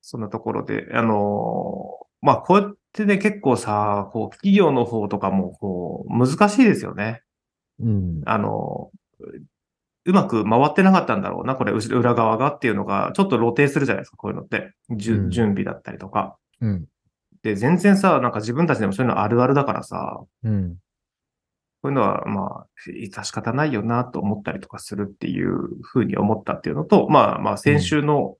Speaker 3: そんなところで、あのーまあ、こうやってね、結構さ、こう、企業の方とかも、こう、難しいですよね。
Speaker 2: うん。
Speaker 3: あのーうまく回ってなかったんだろうな、これ、うし裏側がっていうのが、ちょっと露呈するじゃないですか、こういうのって。じゅ
Speaker 2: うん
Speaker 3: 準備だったりとか。
Speaker 2: うん。
Speaker 3: で、全然さ、なんか自分たちでもそういうのあるあるだからさ、
Speaker 2: うん。
Speaker 3: こういうのは、まあ、致し方ないよなと思ったりとかするっていうふうに思ったっていうのと、まあまあ、先週の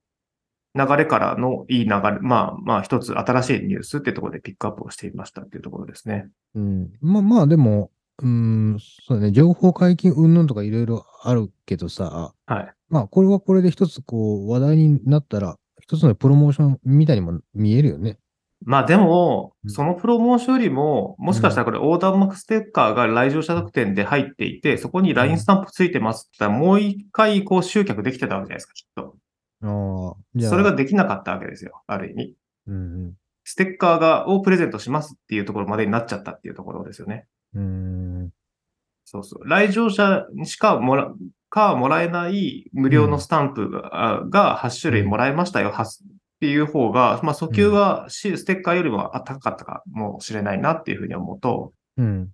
Speaker 3: 流れからのいい流れ、まあまあ、一つ新しいニュースってところでピックアップをしていましたっていうところですね。
Speaker 2: うん。まあまあ、でも、うーん、そうだね、情報解禁云々とかいろいろあるけどさ、
Speaker 3: はい。
Speaker 2: まあ、これはこれで一つこう、話題になったら、一つのプロモーションみたいにも見えるよね。
Speaker 3: まあでも
Speaker 2: う、ん
Speaker 3: そのプロモーションよりも、もしかしたらこれ横断幕ステッカーが来場者特典で入っていて、そこに LINE スタンプついてますって言ったら、もう一回こう集客できてたわけじゃないですか、きっと。
Speaker 2: ああ、じゃあ、
Speaker 3: それができなかったわけですよ、ある意味。
Speaker 2: うん
Speaker 3: ステッカーが、をプレゼントしますっていうところまでになっちゃったっていうところですよね。
Speaker 2: うん、うーん、
Speaker 3: そうそう。来場者にしかもら、かもらえない無料のスタンプが,あ、が8種類もらえましたよ、はすっていう方が、まあ、訴求がし、ステッカーよりもあ高かったかもしれないなっていうふうに思うと、
Speaker 2: うん、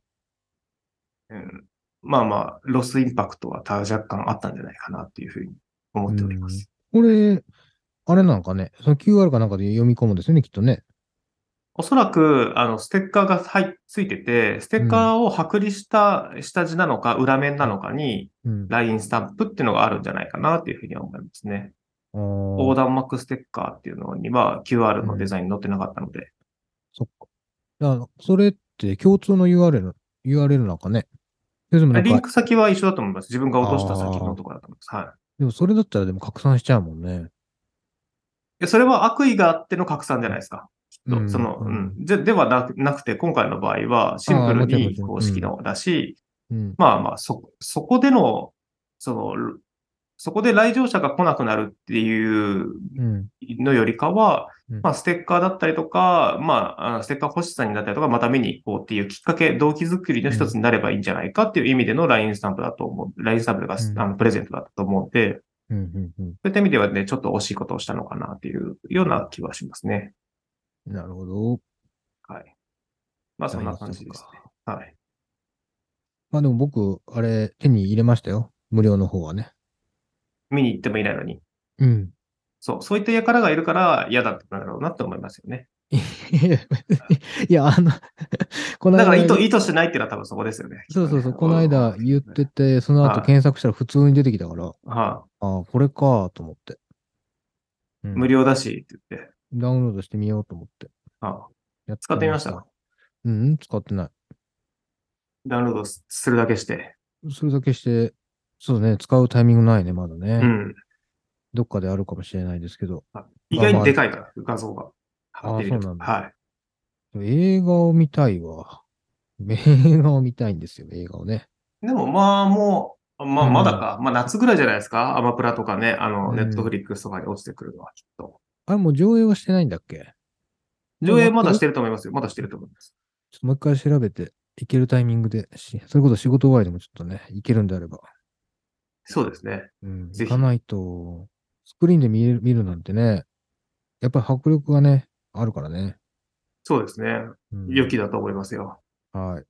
Speaker 3: うん、まあまあ、ロスインパクトはた若干あったんじゃないかなっていうふうに思っております。
Speaker 2: これ、あれなんかね、その QR かなんかで読み込むんですよね、きっとね。
Speaker 3: おそらく、あの、ステッカーが入っついてて、ステッカーを剥離した下地なのか、裏面なのかに、
Speaker 2: うん。あ
Speaker 3: LINE スタンプっていうのがあるんじゃないかなっていうふうには思いますね。横
Speaker 2: ー
Speaker 3: 断幕ステッカーっていうのには QR のデザイン載ってなかったので、
Speaker 2: そっか。だからそれって共通の URL、URL なんかね。でもなん
Speaker 3: リン
Speaker 2: か、
Speaker 3: ク先は一緒だと思います。自分が落とした先のところだと思います。はい。い
Speaker 2: でもそれだったらでも拡散しちゃうもんね。
Speaker 3: やそれは悪意があっての拡散じゃないですか。きっと
Speaker 2: うん
Speaker 3: その、う
Speaker 2: うん
Speaker 3: ん。でではなくなくて、今回の場合はシンプル
Speaker 2: あーも
Speaker 3: に
Speaker 2: ちろんも
Speaker 3: 公
Speaker 2: ちろん
Speaker 3: 式のだし、
Speaker 2: うん。
Speaker 3: まあまあ、そ、そこでの、その、そこで来場者が来なくなるっていう
Speaker 2: うん。
Speaker 3: のよりかは
Speaker 2: うん、
Speaker 3: まあ、ステッカーだったりとか、まああの、ステッカー欲しさになったりとか、また見に行こうっていうきっかけ、動機づくりの一つになればいいんじゃないかっていう意味での LINE スタンプだと思う。LINE スタンプがす、
Speaker 2: うん
Speaker 3: あのプレゼントだったと思うんで、そ
Speaker 2: うん。うん。うん。
Speaker 3: ういった意味ではね、ちょっと惜しいことをしたのかなっていうような気はしますね。
Speaker 2: なるほど。
Speaker 3: はい。まあ、そんな感じですね。はい。
Speaker 2: まあでも僕、あれ、手に入れましたよ。無料の方はね。
Speaker 3: 見に行ってもいないのに。
Speaker 2: うん。
Speaker 3: そう、そういった輩がいるから嫌だったんだろうなって思いますよね。
Speaker 2: (laughs) いや、あの、 (laughs) この
Speaker 3: だ
Speaker 2: 間
Speaker 3: から意図、意図してないっていうのは多分そこですよね。
Speaker 2: そうそうそう、この間言ってて、その後
Speaker 3: はい
Speaker 2: 検索したら普通に出てきたから、
Speaker 3: は
Speaker 2: ああ、これかと思って。うん
Speaker 3: い。無料だしって言って。
Speaker 2: ダウンロードしてみようと思って。
Speaker 3: はい
Speaker 2: やっ
Speaker 3: 使ってみました
Speaker 2: うん、うん使ってな
Speaker 3: ダウンロードすするだけして。
Speaker 2: い。それだけして、そうね、使うタイミングないね、まだね。
Speaker 3: うん。
Speaker 2: どっかであるかもしれないですけど。
Speaker 3: 意外にでかいから、画像が。
Speaker 2: あー
Speaker 3: 出てる
Speaker 2: そうなんだ
Speaker 3: はい。
Speaker 2: 映画を見たいわ。映画を見たいんですよ、映画をね。
Speaker 3: でもまあもう、まあ
Speaker 2: うん
Speaker 3: まだか、まあ夏ぐらいじゃないですか。アマプラとかね、あ
Speaker 2: う
Speaker 3: の、
Speaker 2: ん
Speaker 3: ネットフリックスとかに落ちてくるのはきっと。
Speaker 2: あれ、もう上映はしてないんだっけ
Speaker 3: 上映まだしてると思いますよ。まだしてると思います。
Speaker 2: ちょっともう一回調べて、行けるタイミングでし、それこそ仕事終わりでもちょっとね、行けるんであれば。
Speaker 3: そうですね。
Speaker 2: うん、
Speaker 3: ぜ
Speaker 2: 行
Speaker 3: ひ
Speaker 2: かないと、スクリーンで見る見るなんてね、やっぱり迫力がね、あるからね。
Speaker 3: そうですね。
Speaker 2: うん、
Speaker 3: 良きだと思いますよ。
Speaker 2: はい。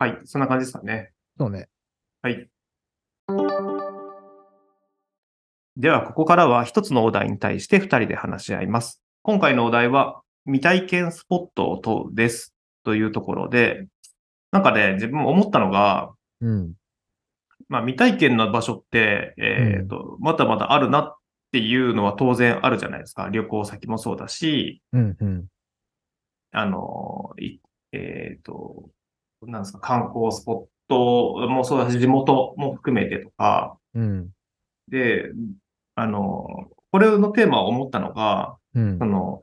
Speaker 3: はい。そんな感じですかね。
Speaker 2: そうね。
Speaker 3: はい。では、ここからは一つのお題に対して二人で話し合います。今回のお題は、未体験スポットを問うです。というところで、なんかね、自分も思ったのが、
Speaker 2: うん。
Speaker 3: まあ、未体験の場所って、えっ、と、まだまだあるなっていうのは当然あるじゃないですか。旅行先もそうだし、
Speaker 2: うん、うん。
Speaker 3: あの、いえっ、と、なんですか、観光スポットもそうだし、地元も含めてとか、
Speaker 2: うん。
Speaker 3: で、あの、これのテーマを思ったのが、
Speaker 2: うん
Speaker 3: そ。の、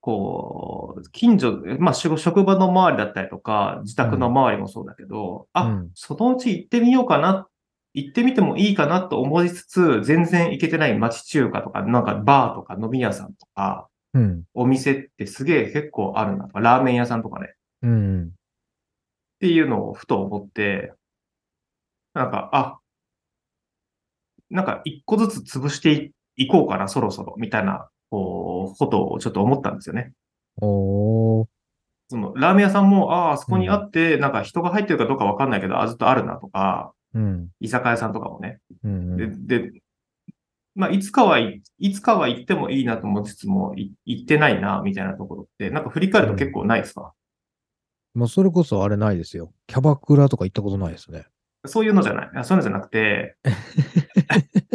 Speaker 3: こう、近所、まあ、仕事職場の周りだったりとか、自宅の周りもそうだけど、あ、
Speaker 2: うん
Speaker 3: そのうち行ってみようかな、行ってみてもいいかなと思いつつ、全然行けてない町中華とか、なんかバーとか飲み屋さんとか、
Speaker 2: うん。
Speaker 3: お店ってすげえ結構あるなとか、ラーメン屋さんとかね、っ
Speaker 2: うん。
Speaker 3: ていうのをふと思って、なんか、あ、なんか一個ずつ潰していいこうかな、そろそろ、みたいな、こう、ことをちょっと思ったんですよね。
Speaker 2: おー。
Speaker 3: その、ラーメン屋さんも、ああ、あそこにあって、なんか人が入ってるかどうかわかんないけど、あ、ずっとあるなとか、
Speaker 2: うん。
Speaker 3: 居酒屋さんとかもね。
Speaker 2: うん。うん
Speaker 3: で、で、まあ、いつかはい、いつかは行ってもいいなと思いつつも、い行ってないな、みたいなところって、なんか振り返ると結構ないですか、
Speaker 2: もうそれこそあれないですよ。キャバクラとか行ったことないですね。
Speaker 3: そういうのじゃない。あそういうのじゃな
Speaker 2: (laughs)
Speaker 3: くて、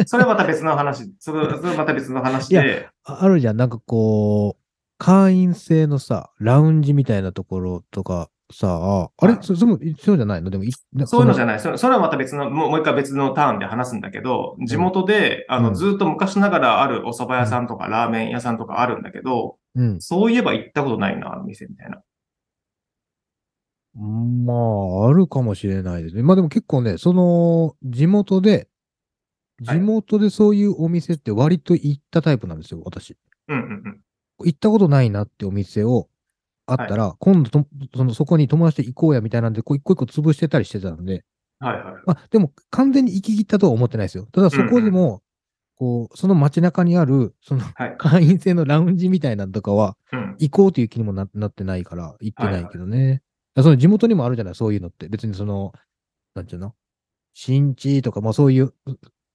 Speaker 3: それはまた別の話。それそれはまた別の話
Speaker 2: い
Speaker 3: で、
Speaker 2: ああるじゃん。なんかこう、会員制のさ、ラウンジみたいなところとかさ、あれ
Speaker 3: はい
Speaker 2: そそれもそうじゃないのでもい、
Speaker 3: そういうのじ
Speaker 2: ゃ
Speaker 3: ゃない。それそれはまた別の、もうもう一回別のターンで話すんだけど、地元で、あ
Speaker 2: う
Speaker 3: の、
Speaker 2: ん
Speaker 3: ずっと昔ながらあるお蕎麦屋さんとかラーメン屋さんとかあるんだけど、
Speaker 2: うん。
Speaker 3: そういえば行ったことないな、あの店みたいな。
Speaker 2: まあ、あるかもしれないですね。まあでも結構ね、その、地元で、
Speaker 3: は
Speaker 2: 地
Speaker 3: い
Speaker 2: 元でそういうお店って割と行ったタイプなんですよ、私。
Speaker 3: うんうんうん。
Speaker 2: 行ったことないなってお店を、あったら、今度と、その、そこに友達で行こうやみたいなんで、こう一個一個潰してたりしてたんで、
Speaker 3: はいはい。
Speaker 2: まあ、でも完全に行き切ったとは思ってないですよ。ただそこでも、こう、その街中にある、その (laughs)
Speaker 3: はい
Speaker 2: 会員制のラウンジみたいなのとかは、
Speaker 3: うん。
Speaker 2: 行こうという気にもななってないから、行ってないけどね。だからその地元にもあるじゃない、そういうのって。別にその、なんちゅうの新地とか、まあそういう、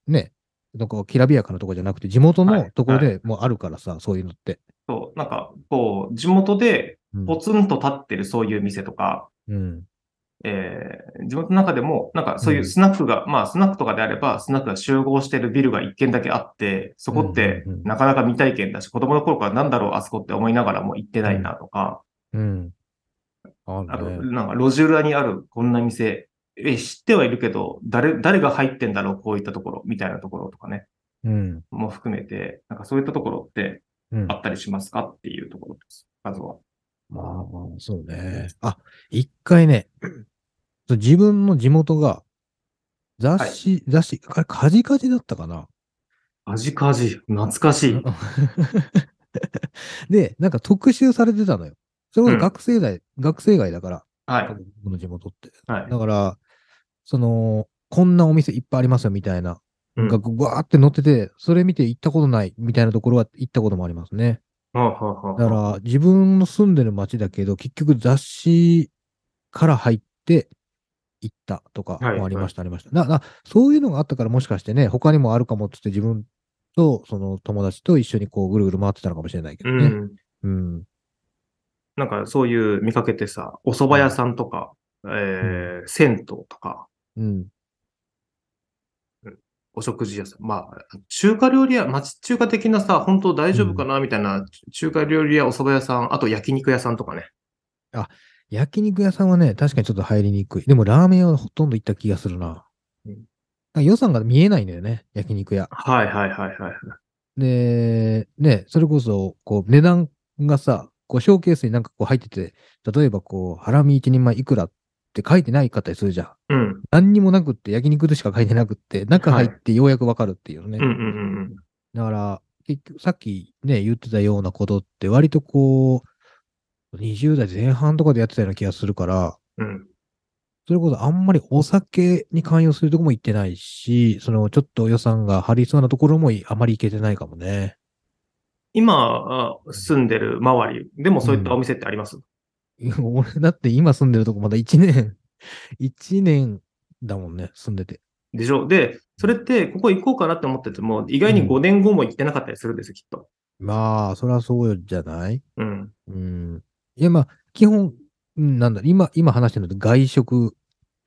Speaker 2: ね、なんかきらびやかなとこじゃなくて、地元
Speaker 3: は
Speaker 2: の
Speaker 3: い
Speaker 2: ところでもうあるからさ、そういうのって。
Speaker 3: そう、なんか、こう、地元で
Speaker 2: うん
Speaker 3: ポツンと立ってるそういう店とか、
Speaker 2: うん。
Speaker 3: えー、地元の中でも、なんかそういうスナックが、まあスナックとかであれば、スナックが集合してるビルが一軒だけあって、そこって
Speaker 2: うんうんうん
Speaker 3: なかなか未体験だし、子供の頃からなんだろう、あそこって思いながらも行ってないなとか、
Speaker 2: うん。あ
Speaker 3: あと、
Speaker 2: るね。
Speaker 3: なんか路地裏にあるこんな店、え、知ってはいるけど、誰、誰が入ってんだろう、こういったところ、みたいなところとかね、
Speaker 2: うん。
Speaker 3: も含めて、なんかそういったところって、
Speaker 2: うん
Speaker 3: あ。ったりしますかっていうところです。まずは。
Speaker 2: まあまあ、そうね。あ、一回ね、 (clears throat) そう自分の地元が、雑誌、雑誌、あれ、カジカジだったかな、
Speaker 3: カジカジ、懐かしい。
Speaker 2: (laughs) で、なんか特集されてたのよ。それこそ学生代、学生街だから、
Speaker 3: はい。
Speaker 2: 僕の地元って。
Speaker 3: はい。
Speaker 2: だから、その、こんなお店いっぱいありますよみたいな、
Speaker 3: うん
Speaker 2: がわーって載ってて、それ見て行ったことないみたいなところは行ったこともありますね。
Speaker 3: はあはあはあ
Speaker 2: だから、自分の住んでる町だけど、結局雑誌から入って行ったとか
Speaker 3: はい
Speaker 2: もありました、ありました。な、な、そういうのがあったからもしかしてね、他にもあるかもってって自分とその友達と一緒にこうぐるぐる回ってたのかもしれないけど
Speaker 3: う
Speaker 2: ね。
Speaker 3: ん。
Speaker 2: うん。
Speaker 3: なんかそういう見かけてさ、お蕎麦屋さんとか、えー、銭湯とか、
Speaker 2: うん。
Speaker 3: お食事屋さん。まあ、中華料理屋、町中華的なさ、本当大丈夫かなみたいな、中華料理屋、お蕎麦屋さん、あと焼肉屋さんとかね。
Speaker 2: 焼肉屋さんはね、確かにちょっと入りにくい。でもラーメン屋はほとんど行った気がするな。
Speaker 3: うん
Speaker 2: なんか予算が見えないんだよね、焼肉屋。
Speaker 3: はいはいはいはい。
Speaker 2: で、ね、それこそ、こう、値段がさ、こう、ショーケースになんかこう入ってて、例えばこう、ハラミ一人前いくらって書いてないかったりするじゃん。
Speaker 3: うん。
Speaker 2: 何にもなくって、焼肉でしか書いてなくって、中入ってようやくわかるっていうね。
Speaker 3: うんうんうんうん。
Speaker 2: だから、結局、さっきね、言ってたようなことって、割とこう、20代前半とかでやってたような気がするから、
Speaker 3: うん。
Speaker 2: それこそあんまりお酒に関与するとこも行ってないし、そのちょっと予算が張りそうなところもあまり行けてないかもね。
Speaker 3: 今、あ住んでる周りでもそういったお店ってあります、
Speaker 2: いや (laughs) 俺だって今住んでるとこまだ1年、1年だもんね、住んでて。
Speaker 3: でしょで、それって、ここ行こうかなって思ってても、意外に5年後も行ってなかったりするんですよ、きっと。
Speaker 2: まあ、そりゃそうじゃない
Speaker 3: うん。
Speaker 2: うん。いや、まあ、基本、うんなんだ、今、今話してるのと外食。。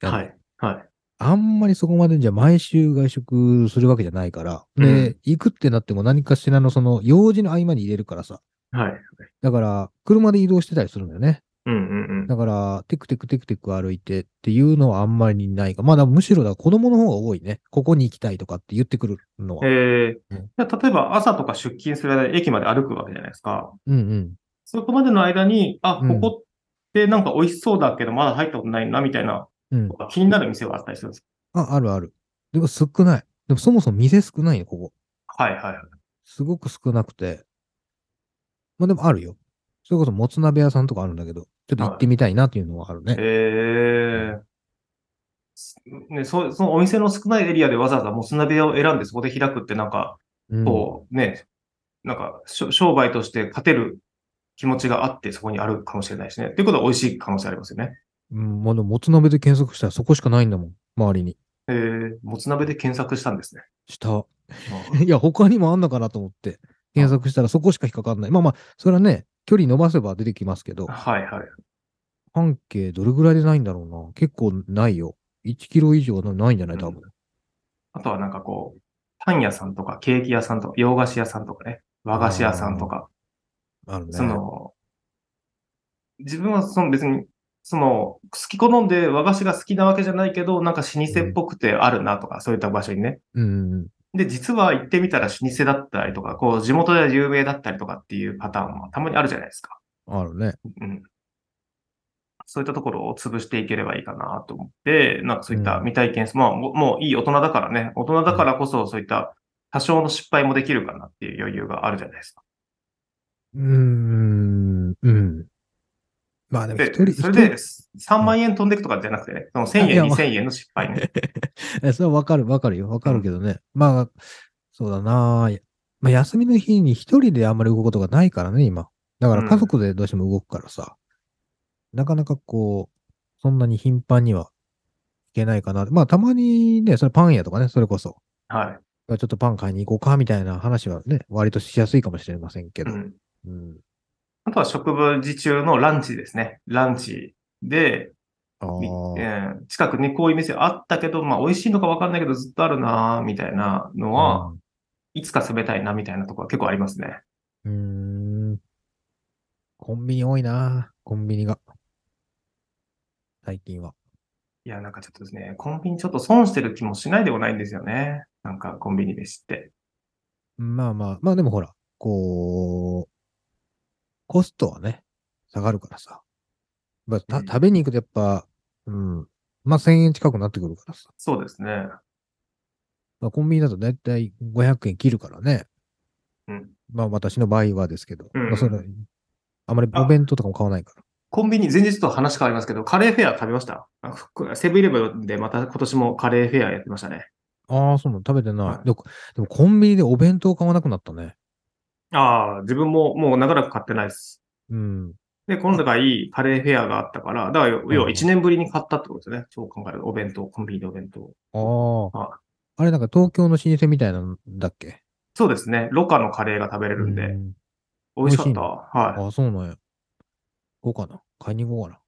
Speaker 3: はいい。はい。
Speaker 2: あんまりそこまでじゃ毎週外食するわけじゃないから。で、
Speaker 3: う
Speaker 2: 行くってなっても何かしらのその用事の合間に入れるからさ。
Speaker 3: はい。
Speaker 2: だから、車で移動してたりするんだよね。
Speaker 3: うんうん
Speaker 2: だから、テクテクテクテク歩いてっていうのはあんまりないか。まあ、だからむしろだ、子供の方が多いね。ここに行きたいとかって言ってくるの
Speaker 3: うん。
Speaker 2: は。
Speaker 3: え
Speaker 2: う
Speaker 3: ー、
Speaker 2: ん
Speaker 3: じゃあ例えば朝とか出勤する間に駅まで歩くわけじゃないですか。
Speaker 2: うんうん。
Speaker 3: そこまでの間に、あ、
Speaker 2: うん
Speaker 3: ここってなんか美味しそうだけど、まだ入ったことないな、みたいな、
Speaker 2: うん
Speaker 3: と。か気になる店があったりするんです。
Speaker 2: あ、あるある。でも少ない。でもそもそも店少ないよ、ここ。
Speaker 3: はいはいはい。
Speaker 2: すごく少なくて。まあでもあるよ。それこそもつ鍋屋さんとかあるんだけど、ちょっと行ってみたいなっていうのはあるね。
Speaker 3: えー。ね、そう、そのお店の少ないエリアでわざわざもつ鍋屋を選んでそこで開くってなんか、
Speaker 2: うん
Speaker 3: こうね、なんかしょ商売として勝てる気持ちがあってそこにあるかもしれないしね。っていうことは美味しい可能性ありますよね。
Speaker 2: うん。まあでももつ鍋で検索したらそこしかないんだもん、周りに。
Speaker 3: えー、もつ鍋で検索したん (laughs) ですね。
Speaker 2: 下。いや、他にもあんのかなと思って、検索したらそこしか引っかかんない。まあまあ、それはね、距離伸ばせば出てきますけど
Speaker 3: うん、はいはい。
Speaker 2: 半径どれぐらいでないんだろうな。結構ないよ。1キロ以上はないんじゃない多分。
Speaker 3: あとはなんかこう、パン屋さんとかケーキ屋さんとか洋菓子屋さんとかね、和菓子屋さんとか、
Speaker 2: あるね。
Speaker 3: その、自分はその別に、その、好き好んで和菓子が好きなわけじゃないけど、なんか老舗っぽくてあるなとか、そういった場所にね。
Speaker 2: うんうん。
Speaker 3: で、実は行ってみたら老舗だったりとか、こう、地元では有名だったりとかっていうパターンもたまにあるじゃないですか。
Speaker 2: あるね。
Speaker 3: うん。そういったところを潰していければいいかなと思って、なんかそういった
Speaker 2: うん
Speaker 3: 未体験、まあ、ももういい大人だからね、大人だからこそそういった多少の失敗もできるかなっていう余裕があるじゃないですか。
Speaker 2: うーん。うん。まあでも一
Speaker 3: で
Speaker 2: 人、、
Speaker 3: そ
Speaker 2: 一
Speaker 3: れ
Speaker 2: 人
Speaker 3: で3万円飛んでいくとかじゃなくてね、その1000
Speaker 2: いや
Speaker 3: 円、
Speaker 2: まあ
Speaker 3: 2000円の失敗ね。
Speaker 2: え、それはわかる、わかるよ。わかるけどね。まあ、そうだなぁ。まあ、休みの日に一人であんまり動くことがないからね、今。だから
Speaker 3: うん
Speaker 2: 家族でどうしても動くからさ。なかなかこう、そんなに頻繁にはいけないかな。まあ、たまにね、それパン屋とかね、それこそ。
Speaker 3: は
Speaker 2: ちょっとパン買いに行こうか、みたいな話はね、割としやすいかもしれません (laughs) け
Speaker 3: い。う
Speaker 2: ど。
Speaker 3: ん。
Speaker 2: うん。
Speaker 3: あとは食事中のランチですね。ランチで、
Speaker 2: あ
Speaker 3: みえ
Speaker 2: あ。
Speaker 3: ー近くにこういう店あったけど、まあ美味しいのかわかんないけどずっとあるなーみたいなのは、いつか食べたいなみたいなとこは結構ありますね。
Speaker 2: うん。うーんコンビニ多いなぁコンビニが。最近は。
Speaker 3: いや、なんかちょっとですね、コンビニちょっと損してる気もしないでもないんですよね。なんかコンビニ飯って。
Speaker 2: まあまあ、まあでもほら、こう、コストはね、下がるからさ。まあ、た
Speaker 3: うん
Speaker 2: 食べに行くとやっぱ、うん、まあ1000円近くなってくるからさ。
Speaker 3: そうですね。
Speaker 2: まあコンビニだとだいたい500円切るからね。
Speaker 3: うん。
Speaker 2: まあ私の場合はですけど。
Speaker 3: うんうん
Speaker 2: まあそれあまりお弁当とかも買わないから。
Speaker 3: コンビニ、前日と話変わりますけど、カレーフェア食べましたあふくセブンイレブンでまた今年もカレーフェアやってましたね。
Speaker 2: ああ、そうなの食べてな
Speaker 3: はい
Speaker 2: い。でもでもコンビニでお弁当買わなくなったね。
Speaker 3: ああ、自分ももう長らく買ってないです。
Speaker 2: うん。
Speaker 3: で、今回、カレーフェアがあったから、だから要、要は
Speaker 2: うん
Speaker 3: 1年ぶりに買ったってことですね。そう考えるとお弁当、コンビニでお弁当。
Speaker 2: あ
Speaker 3: はい
Speaker 2: あ。あれなんか東京の老舗みたいなんだっけ
Speaker 3: そうですね。ロカのカレーが食べれるんで、
Speaker 2: うん
Speaker 3: 美味しかっ
Speaker 2: 美味しい
Speaker 3: た。
Speaker 2: の
Speaker 3: はい。
Speaker 2: ああ、そうなんや。行こうかな。買いに行こうかな。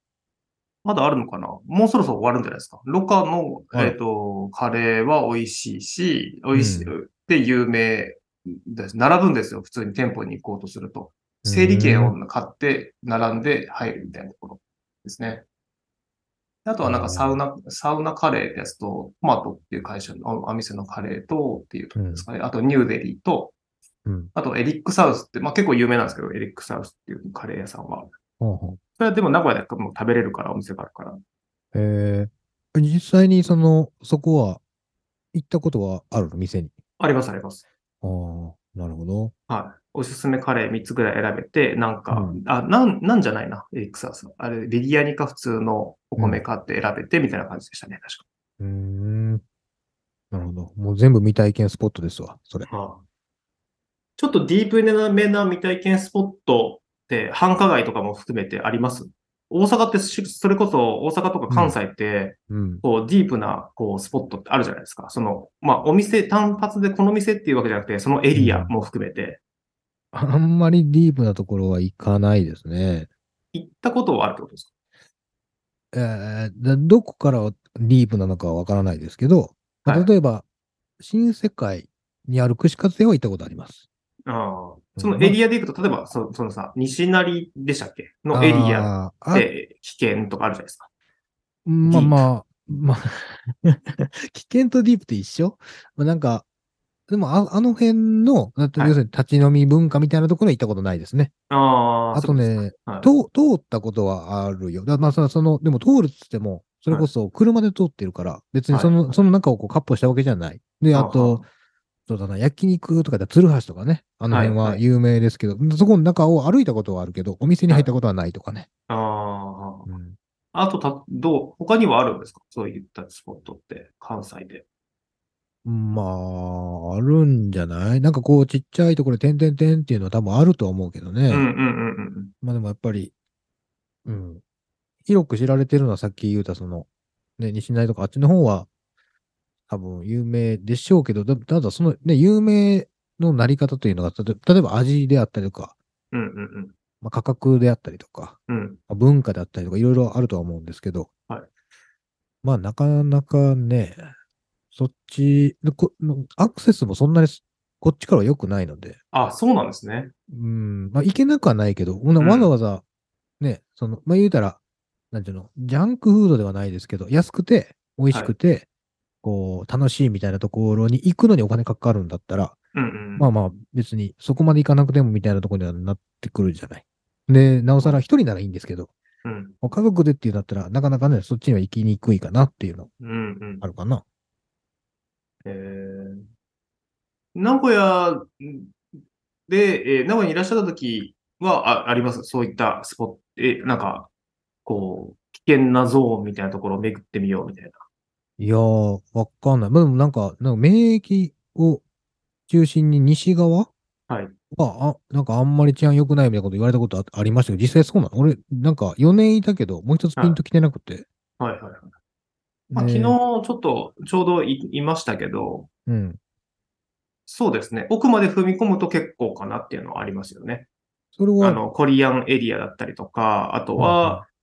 Speaker 3: まだあるのかなもうそろそろ終わるんじゃないですか。ロカの、
Speaker 2: はい
Speaker 3: えっ、と、カレーは美味しいし、美味しい、
Speaker 2: う
Speaker 3: で有名です。並ぶんですよ。普通に店舗に行こうとすると。整理券を買って、並んで入るみたいなところですね。あとはなんかサウナ、サウナカレーってやつと、トマトっていう会社の、おお店のカレーと、っていうところですかね。あとニューデリーと、
Speaker 2: うん。
Speaker 3: あとエリックサウスって、まあ結構有名なんですけど、エリックサウスっていうカレー屋さんは。
Speaker 2: ほうほう
Speaker 3: それはでも名古屋でも食べれるから、お店があるから。
Speaker 2: えー、実際にその、そこは、行ったことはあるの店に。
Speaker 3: あります、あります。
Speaker 2: ああ。なるほど。
Speaker 3: はい。おすすめカレー3つぐらい選べて、なんか、
Speaker 2: うん
Speaker 3: あ、なん、なんじゃないな、エリクサーさん。あれ、ビリヤニか普通のお米買って選べて、みたいな感じでしたね、確
Speaker 2: うーん。なるほど。もう全部未体験スポットですわ、それ。
Speaker 3: か。ちょっとディープめな未体験スポットって、繁華街とかも含めてあります大阪ってし、それこそ大阪とか関西って、
Speaker 2: うん。
Speaker 3: こう、ディープな、こう、スポットってあるじゃないですか。その、まあ、お店単発でこの店っていうわけじゃなくて、そのエリアも含めて、
Speaker 2: あんまりディープなところは行かないですね。
Speaker 3: 行ったことはあるってことですか
Speaker 2: えーだどこからディープなのかはわからないですけど、まあ
Speaker 3: はい
Speaker 2: 例えば、新世界にある串カツ屋は行ったことあります。
Speaker 3: ああ、そのエリアで行くと、例えば、そそのさ、西成でしたっけのエリア
Speaker 2: ア
Speaker 3: っ、て危険とかあるじゃないですか。
Speaker 2: まあまあ、まあ、 (laughs) 危険とディープって一緒、まあ、なんか、でもあ、あの辺の、だって
Speaker 3: はい
Speaker 2: 要するに立ち飲み文化みたいなところは行ったことないですね。
Speaker 3: ああ、
Speaker 2: あとね、
Speaker 3: はい
Speaker 2: 通通ったことはあるよ。だまあ、そのその、でも通るっつっても、それこそ車で通ってるから、別にその、
Speaker 3: はい
Speaker 2: その中をこう、カッポしたわけじゃない。で、あと、そうだな、焼肉とかだったら鶴橋とかね、あの辺
Speaker 3: はい
Speaker 2: は
Speaker 3: はい
Speaker 2: 有名ですけど、そこの中を歩いたことはあるけど、お店に入ったことはないとかね。
Speaker 3: ああ
Speaker 2: うん
Speaker 3: ああとた、どう、他にはあるんですかそういったスポットって、関西で。
Speaker 2: まあ、あるんじゃないなんかこう、ちっちゃいところで、てんてんてんっていうのは多分あるとは思うけどね。
Speaker 3: うんうんうんうん
Speaker 2: まあでもやっぱり、うん。広く知られてるのはさっき言うた、その、ね、西成とかあっちの方は、多分有名でしょうけど、だただその、ね、有名のなり方というのが、たと例えば味であったりとか、
Speaker 3: うん。うんうん
Speaker 2: まあ、価格であったりとか、
Speaker 3: うん。うん。
Speaker 2: まあ文化であったりとか、いろいろあるとは思うんですけど、
Speaker 3: はい
Speaker 2: まあ、なかなかね、そっちのこ、のアクセスもそんなにすこっちからは良くないので、
Speaker 3: あ、そうなんですね。
Speaker 2: うん、まあ、いけなくはないけど、ほな
Speaker 3: うん
Speaker 2: わざわざ、ね、その、まあ、言うたら、なんていうの、ジャンクフードではないですけど、安くて、美味しくて、こう、楽しいみたいなところに行くのにお金かかるんだったら、
Speaker 3: うんうん。
Speaker 2: まあまあ、別にそこまで行かなくてもみたいなところにはなってくるじゃない。で、なおさら一人ならいいんですけど、
Speaker 3: うん。
Speaker 2: まあ家族でっていうんだったら、なかなかね、そっちには行きにくいかなっていうの
Speaker 3: うんうん
Speaker 2: あ。るかな。
Speaker 3: えー名古屋で、えー名古屋にいらっしゃった時はああります。そういったスポット、えーなんか、こう、危険なゾーンみたいなところを巡ってみようみたいな。
Speaker 2: いやー、わかんない。まあでもなんか、なんか免疫を中心に西側
Speaker 3: はい。
Speaker 2: は、あ、なんかあんまり治安良くないみたいなこと言われたことあありましたけど、実際そうなの俺、なんか4年いたけど、もう一つピンと来てなくて。
Speaker 3: はいはいはい。まあ、
Speaker 2: ね
Speaker 3: 昨日ちょっとちょうどいいましたけど、
Speaker 2: うん。
Speaker 3: そうですね。奥まで踏み込むと結構かなっていうのはありますよね。
Speaker 2: それ
Speaker 3: あ
Speaker 2: は、
Speaker 3: の、コリアンエリアだったりとか、あとは、えー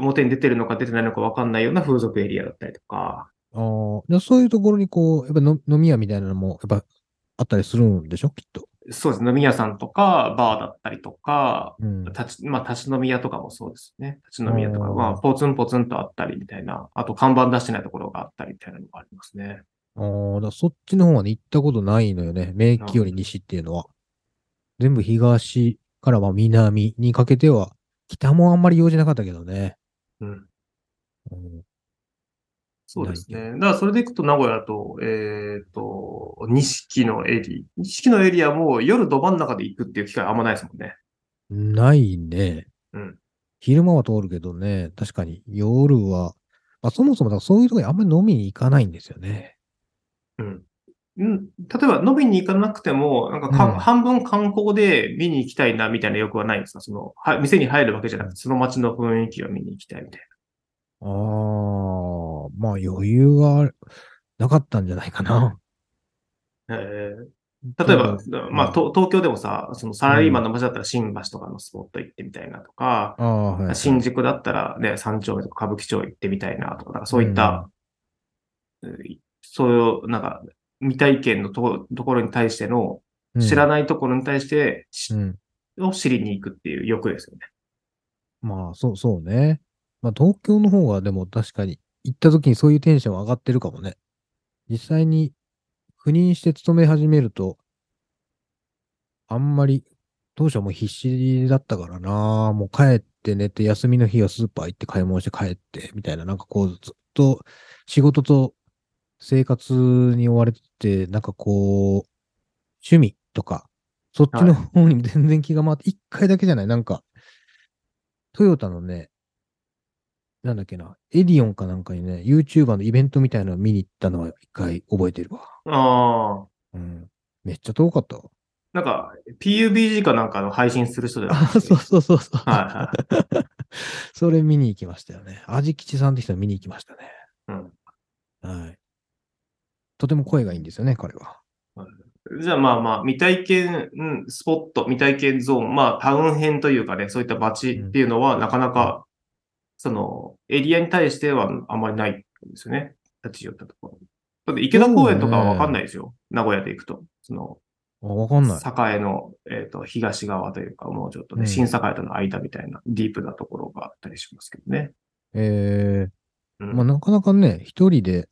Speaker 3: 表に出てるのか出てないのかわかんないような風俗エリアだったりとか、
Speaker 2: あーじゃあそういうところにこう、やっぱの飲み屋みたいなのも、やっぱあったりするんでしょきっと。
Speaker 3: そうですね。飲み屋さんとか、バーだったりとか、
Speaker 2: うん。
Speaker 3: 立ち、まあ、立ち飲み屋とかもそうですね。立ち飲み屋とか、
Speaker 2: うん
Speaker 3: まあ、ポツンポツンとあったりみたいな、あと看板出してないところがあったりみたいなのがありますね。
Speaker 2: ああ、だからそっちの方はね、行ったことないのよね。名駅より西っていうのは。全部東からは南にかけては、北もあんまり用事なかったけどね。
Speaker 3: うん。
Speaker 2: うん
Speaker 3: そうですね。だから、それでいくと、名古屋だと、えっ、と、錦のエリア。錦のエリアも夜ど真ん中で行くっていう機会あんまないですもんね。
Speaker 2: ないね。
Speaker 3: うん
Speaker 2: 昼間は通るけどね、確かに夜は、まあ、そもそもだからそういうとこにあんまり飲みに行かないんですよね。
Speaker 3: うん。うん、例えば飲みに行かなくても、なんかか、
Speaker 2: うん
Speaker 3: 半分観光で見に行きたいなみたいな欲はないんですかその、は、店に入るわけじゃなくて、その街の雰囲気を見に行きたいみたいな。
Speaker 2: ああ、まあ余裕がなかったんじゃないかな。
Speaker 3: えー例えば、まあ、
Speaker 2: うん
Speaker 3: と東京でもさ、そのサラリーマンの街だったら新橋とかのスポット行ってみたいなとか、
Speaker 2: ああ、はいはい。
Speaker 3: 新宿だったらね、三丁目とか歌舞伎町行ってみたいなとか、なんかそういった、うんそういう、なんか、未体験のとこところに対しての、知
Speaker 2: い。
Speaker 3: らないところに対して、し
Speaker 2: うん
Speaker 3: を知りに行くっていう欲ですよね。
Speaker 2: まあ、そう、そうね。まあ、東京の方がでも確かに、行った時にそういうテンション上がってるかもね。実際に、赴任して勤め始めると、あんまり、当初はもう必死だったからな、もう帰って寝て、休みの日はスーパー行って買い物して帰って、みたいな、なんかこう、ずっと仕事と生活に追われてて、なんかこう、趣味とか、そっちの方にも全然気が回って、一、回だけじゃない、なんか、トヨタのね、なんだっけな、エディオンかなんかにね、YouTuber のイベントみたいなのを見に行ったのは一回覚えてるわ。
Speaker 3: ああ。
Speaker 2: うん。めっちゃ遠かったわ。
Speaker 3: なんか、PUBG かなんかの配信する人じゃない
Speaker 2: あ、そうそうそうそう。
Speaker 3: はいは
Speaker 2: (laughs) それ見に行きましたよね。味吉さんって人見に行きましたね。
Speaker 3: い。うん
Speaker 2: はい。とても声がいいんですよね、彼は。
Speaker 3: じゃあまあまあ、未体験、うん、スポット、未体験ゾーン、まあタウン編というかね、そういった街っていうのはなかなか、そのエリアに対してはあんまりないんですよね。立ち寄ったところ。だって池田公園とかはわかんないですよ。名古屋で行くと。その、
Speaker 2: あ、わかんない。
Speaker 3: 栄の、えっ、と、東側というか、もうちょっとね、
Speaker 2: うん
Speaker 3: 新栄との間みたいなディープなところがあったりしますけどね。
Speaker 2: ええ
Speaker 3: うん
Speaker 2: まあなかなかね、一人で、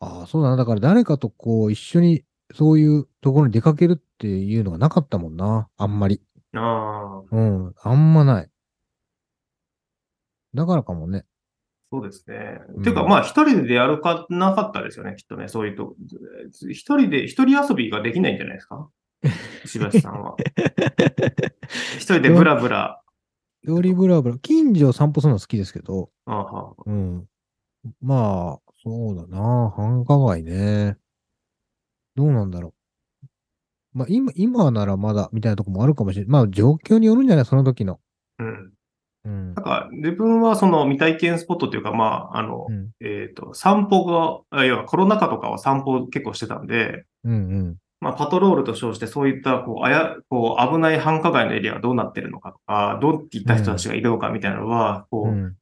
Speaker 2: ああ、そうだな。だから誰かとこう、一緒にそういうところに出かけるっていうのがなかったもんな。あんまり。
Speaker 3: ああ、
Speaker 2: うん。あんまない。だからかもね。
Speaker 3: そうですね。
Speaker 2: うん
Speaker 3: ていうか、まあ、一人でやるかなかったですよね、きっとね、そういうと。一人で、一人遊びができないんじゃないで
Speaker 2: (laughs)
Speaker 3: すか石橋さんは。一人でブラブラ。
Speaker 2: よりブラブラ。近所を散歩するの好きですけど、
Speaker 3: ああはあ
Speaker 2: うん。まあ、そうだな。繁華街ね。どうなんだろう。まあ、今、今ならまだ、みたいなとこもあるかもしれない。まあ、状況によるんじゃないその時の。
Speaker 3: うん。
Speaker 2: うん
Speaker 3: な。んか、自分はその未体験スポットというか、まあ、あの、
Speaker 2: うん。
Speaker 3: えっ、と、散歩が、あ要はコロナ禍とかは散歩結構してたんで、
Speaker 2: うんうん。
Speaker 3: まあ、パトロールと称して、そういった、こう、あや、こう、危ない繁華街のエリアがどうなってるのかとか、どういった人たちがいるのかみたいなのは、こう、
Speaker 2: うん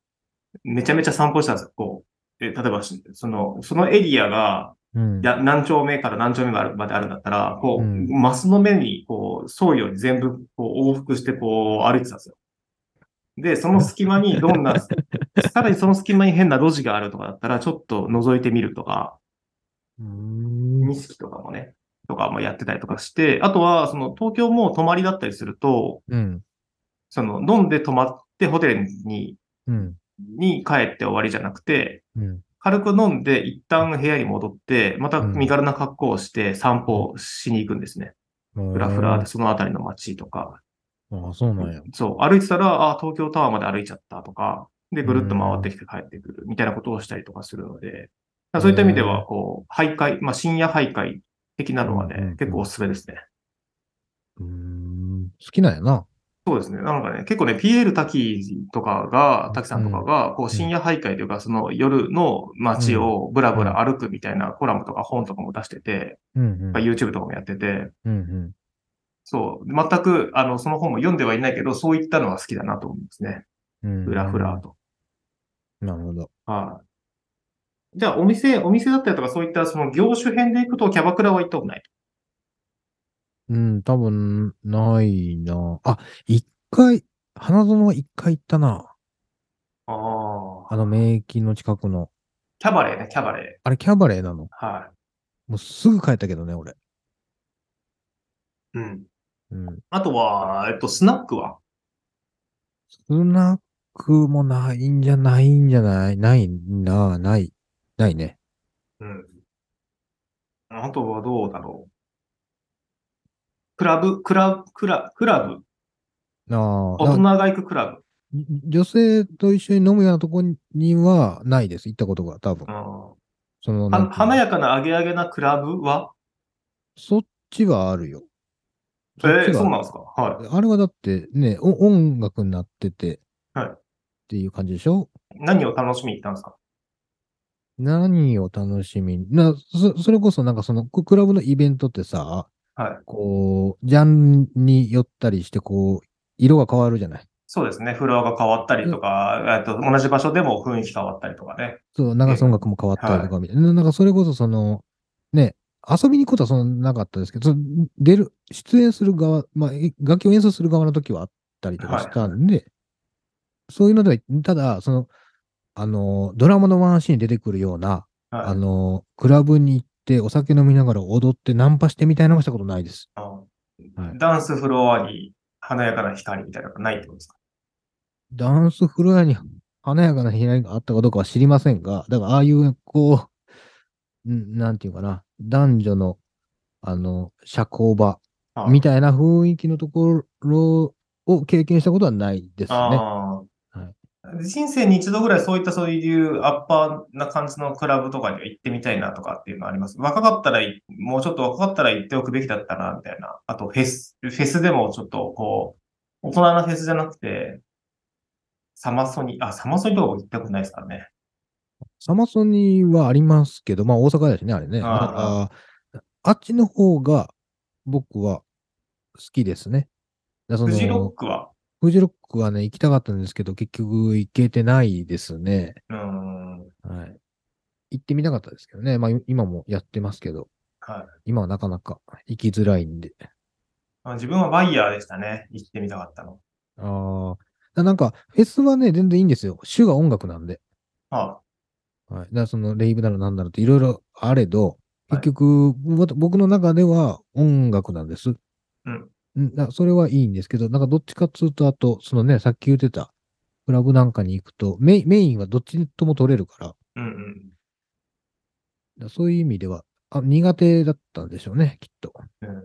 Speaker 3: めちゃめちゃ散歩したんですよ。こう、え例えばし、その、そのエリアが、
Speaker 2: うん。
Speaker 3: や何丁目から何丁目までまであるんだったら、こう、
Speaker 2: うん
Speaker 3: マスの目に、こう、沿うように全部、こう、往復して、こう、歩いてたんですよ。で、その隙間にどんな、さらにその隙間に変な路地があるとかだったら、ちょっと覗いてみるとか、
Speaker 2: うーん。
Speaker 3: 錦とかもね、とかもやってたりとかして、あとは、その、東京も泊まりだったりすると、
Speaker 2: うん。
Speaker 3: その、飲んで泊まってホテルに、
Speaker 2: うん。
Speaker 3: に帰って終わりじゃなくて、
Speaker 2: うん。
Speaker 3: 軽く飲んで、一旦部屋に戻って、また身軽な格好をして散歩しに行くんですね。ふらふらで、そのあたりの街とか。
Speaker 2: ああ、そうなんや。
Speaker 3: そう、歩いてたら、あ、東京タワーまで歩いちゃったとか、で、ぐるっと回ってきて帰ってくるみたいなことをしたりとかするので、だからそういった意味で
Speaker 2: う
Speaker 3: は、こう、徘徊、まあ、深夜徘徊的なのは
Speaker 2: うんうんう
Speaker 3: ね
Speaker 2: ん、
Speaker 3: 結構おすすめですね。
Speaker 2: うーん。好きなんやな。
Speaker 3: そうですね。なんかね、結構ね、ピエール滝とかが、滝さんとかが、こう、深夜徘徊というか、その夜の街をぶらぶら歩くみたいなコラムとか本とかも出してて、
Speaker 2: うん。うん。
Speaker 3: YouTube とかもやってて、
Speaker 2: うん。
Speaker 3: そう、全く、あの、その本も読んではいないけど、そういったのは好きだなと思いますね。
Speaker 2: うん。
Speaker 3: ふらふらと。
Speaker 2: なるほど。
Speaker 3: はい。じゃあ、お店、お店だったりとか、そういったその業種編で行くと、キャバクラは行ったことない
Speaker 2: うん、多分、ないな。あ、一回、花園は一回行ったな。
Speaker 3: と。ああ。
Speaker 2: あの、名金の近くの。
Speaker 3: キャバレーね、キャバレ
Speaker 2: あれ、キャバレーなの
Speaker 3: ー。は
Speaker 2: もうすぐ帰ったけどね、俺。
Speaker 3: い。うん。
Speaker 2: うん。
Speaker 3: あとは、えっと、スナックは
Speaker 2: 少なくもないんじゃないんじゃないないな、ない。ないね。
Speaker 3: うん。あとはどうだろう。クラブ、クラブ、クラブ、クラブ。
Speaker 2: ああ、
Speaker 3: 大人が行くクラ
Speaker 2: に女性と一緒に飲むようなとこにはないです。行ったことが、多分
Speaker 3: ブ。う。ん。
Speaker 2: その、なんていう
Speaker 3: は
Speaker 2: の
Speaker 3: 華やかなアゲアゲなクラブは
Speaker 2: そっちはあるよ。っ
Speaker 3: え
Speaker 2: ち
Speaker 3: ー
Speaker 2: は
Speaker 3: そうなんですかは
Speaker 2: あれはだってね、お音楽になってて、
Speaker 3: はい
Speaker 2: っていう感じでしょ
Speaker 3: い。何を楽しみに行ったんですか
Speaker 2: 何を楽しみにな、そ、それこそなんかその、ククラブのイベントってさ、
Speaker 3: はい。
Speaker 2: こう、ジャンルによったりして、こう、色が変わるじゃない
Speaker 3: そうですね。フロアが変わったりとか、えっと、同じ場所でも雰囲気変わったりとかね。
Speaker 2: そう、長瀬音楽も変わったりとか、みたいな。なんかそれこそその、ね、遊びに行くことはそんななかったですけど、その出る、出演する側、まあ、え楽器を演奏する側の時はあったりとかしたんで、そういうのでは、ただ、その、あの、ドラマのワンシーンに出てくるような、
Speaker 3: はい
Speaker 2: あの、クラブに行ってお酒飲みながら踊ってナンパしてみたいなのもしたことないです。
Speaker 3: あの
Speaker 2: はい
Speaker 3: ダンスフロアに華やかな光みたいなのがないってことですか
Speaker 2: ダンスフロアに華やかな平井があったかどうかは知りませんが、だからああいう、こう、んなんていうかな、男女の、あの、社交場
Speaker 3: あ
Speaker 2: みたいな雰囲気のところを経験したことはないですね。
Speaker 3: ああ、
Speaker 2: はい
Speaker 3: 人生に一度ぐらいそういったそういうアッパーな感じのクラブとかには行ってみたいなとかっていうのはあります。若かったらい、もうちょっと若かったら行っておくべきだったな、みたいな。あとフェス、フェスでもちょっとこう、大人なフェスじゃなくて、サマソニ、あ、サマソニとかも行ったことないですからね。
Speaker 2: サマソニーはありますけど、まあ大阪だしね、あれね。だ
Speaker 3: あ
Speaker 2: からあっちの方が僕は好きですね。だから
Speaker 3: フ
Speaker 2: そ
Speaker 3: ジロ
Speaker 2: の
Speaker 3: ックは、
Speaker 2: フジロックはね、行きたかったんですけど、結局行けてないですね。
Speaker 3: うーん、
Speaker 2: はい。行ってみたかったですけどね。まあい今もやってますけど、
Speaker 3: はい
Speaker 2: 今はなかなか行きづらいんで。
Speaker 3: あ。自分はバイヤーでしたね。行ってみたかったの。
Speaker 2: ああ。なんか、フェスはね、全然いいんですよ。主が音楽なんで。
Speaker 3: あ
Speaker 2: はい。だからその、レイブならなんだろうっていろいろあれど、
Speaker 3: はい
Speaker 2: 結局、ぼ僕の中では音楽なんです。
Speaker 3: うん。
Speaker 2: なそれはいいんですけど、なんかどっちかっつうと、あと、そのね、さっき言ってた、クラブなんかに行くと、メインメインはどっちとも取れるから、だか
Speaker 3: うんうん。
Speaker 2: らそういう意味では、あ苦手だったんでしょうね、きっと。
Speaker 3: うん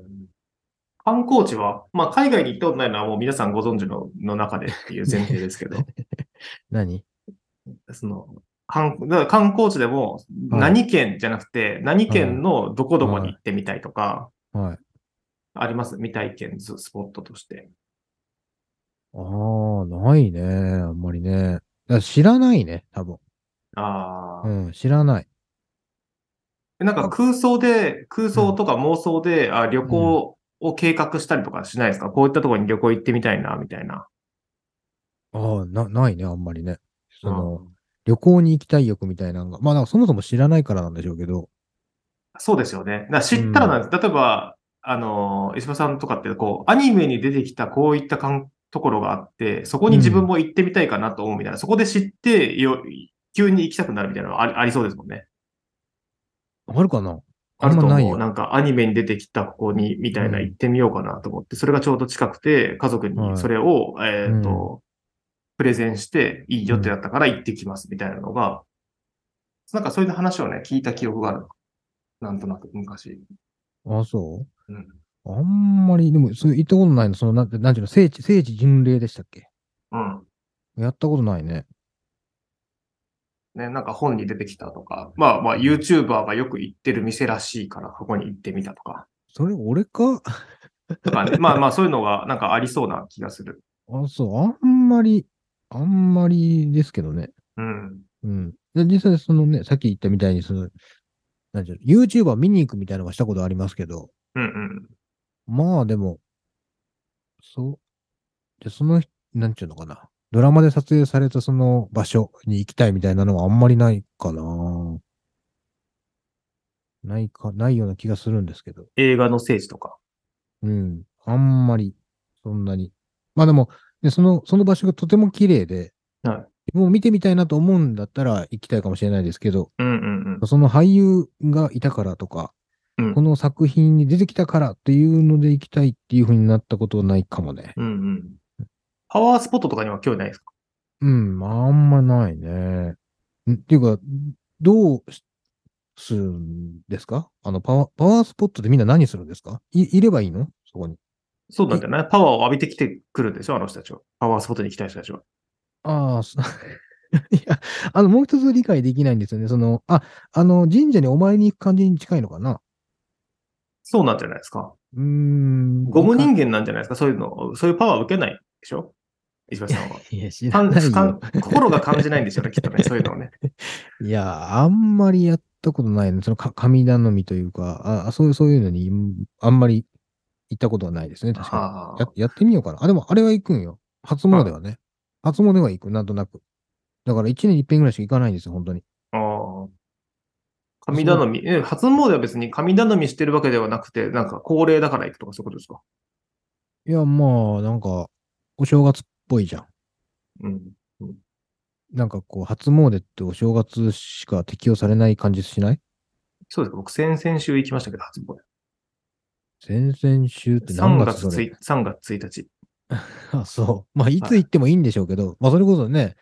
Speaker 3: 観光地は、まあ、海外に行ったことないのはもう皆さんご存知のの中でっていう前提ですけど、
Speaker 2: 何
Speaker 3: その観だから観光地でも
Speaker 2: はい
Speaker 3: 何県じゃなくて、何県のどこどこに行ってみたいとか、
Speaker 2: はい。
Speaker 3: あります未体験スポットとして。
Speaker 2: ああ、ないね。あんまりね。だから知らないね、多分。
Speaker 3: ああ、
Speaker 2: うん、知らない。
Speaker 3: なんか空想で、空想とか妄想で、あ旅行を計画したりとかしないですか、こういったところに旅行行ってみたいな、みたいな。
Speaker 2: ああ、な、ないね、あんまりね。その、旅行に行きたい欲みたいなのが。まあ、なんかそもそも知らないからなんでしょうけど。
Speaker 3: そうですよね。だから知ったらなんです。例えば、あの、石破さんとかって、こう、アニメに出てきたこういったかんところがあって、そこに自分も行ってみたいかなと思うみたいな、そこで知ってよ、急に行きたくなるみたいなのはありありそうですもんね。
Speaker 2: あるかな
Speaker 3: あると
Speaker 2: あんまない
Speaker 3: 思う。
Speaker 2: よ
Speaker 3: なんかアニメに出てきたここに、みたいな
Speaker 2: うん
Speaker 3: 行ってみようかなと思って、それがちょうど近くて、家族
Speaker 2: はい
Speaker 3: にそれを、えっと、プレゼンして、いいよってだったから行ってきますみたいなのが、なんかそういう話をね、聞いた記憶があるの。なんとなく昔。
Speaker 2: あそう
Speaker 3: うん
Speaker 2: あんまり、でも、そう行ったことないの、その、なんて、なんていうの、聖地、聖地巡礼でしたっけ
Speaker 3: うん。
Speaker 2: やったことないね。
Speaker 3: ね、なんか本に出てきたとか、まあまあ YouTuber がよく行ってる店らしいから、ここに行ってみたとか、
Speaker 2: それ、俺か
Speaker 3: と (laughs) かね、まあまあそういうのがなんかありそうな気がする。
Speaker 2: あ、そう、あんまり、あんまりですけどね。
Speaker 3: うん。
Speaker 2: うん。で実際、そのね、さっき言ったみたいに、その、なんていうの、YouTuber 見に行くみたいなのはしたことありますけど、
Speaker 3: うんうん。
Speaker 2: まあでも、そう、で、その人、なんていうのかな。ドラマで撮影されたその場所に行きたいみたいなのはあんまりないかな。ないか、ないような気がするんですけど。
Speaker 3: 映画の聖地とか。
Speaker 2: うん。あんまり、そんなに。まあでも、ね、その、その場所がとても綺麗で、
Speaker 3: はい
Speaker 2: 自分も見てみたいなと思うんだったら行きたいかもしれないですけど、
Speaker 3: うんうん
Speaker 2: その俳優がいたからとか、
Speaker 3: うん
Speaker 2: この作品に出てきたからっていうので行きたいっていうふうになったことはないかもね。
Speaker 3: うん。うんうん。パワースポットとかには興味ないですか
Speaker 2: うん、あんまないね。んっていうか、どうしするんですかあのパワー、パワースポットでみんな何するんですかい、いればいいのそこに。
Speaker 3: そうなんじゃないパワーを浴びてきてくるんでしょあの人たちは。パワースポットに行きたい人たちは。
Speaker 2: ああ、そ (laughs) いや、あの、もう一つ理解できないんですよね。その、あ、あの、神社にお参りに行く感じに近いのかな
Speaker 3: そうなんじゃないですか
Speaker 2: うーん。
Speaker 3: ゴム人
Speaker 2: 間
Speaker 3: 間なんじゃないですかそういうの、そういうパワーを受けないでしょ石橋さ (laughs) んは。
Speaker 2: いや、知ら
Speaker 3: 感
Speaker 2: ないよ。
Speaker 3: 心が感じないんですよね、きっとね。そういう (laughs) のをね。
Speaker 2: いや、あんまりやったことないね。その、か神頼みというか、ああそういう、そういうのに、うんあんまり行ったことはないですね。確か
Speaker 3: は
Speaker 2: に。
Speaker 3: あ
Speaker 2: ややってみようかな。あ、でも、あれは行くんよ。初詣はね。初詣は行く、なんとなく。だから、一年に一遍ぐらいしか行かないんですよ、本当に。
Speaker 3: ああ。神頼み、え、初詣は別に神頼みしてるわけではなくて、なんか恒例だから行くとかそういうことですか
Speaker 2: いや、まあ、なんか、お正月っぽいじゃん。
Speaker 3: うん。
Speaker 2: なんかこう、初詣ってお正月しか適用されない感じしない
Speaker 3: そうです。僕、先々週行きましたけど、初詣。
Speaker 2: 先々週って何
Speaker 3: 3
Speaker 2: 月
Speaker 3: 月
Speaker 2: それ
Speaker 3: 1 3月1日。
Speaker 2: あ、そう。 (laughs) まあ、いつ行ってもいいんでしょうけど、まあ、それこそね、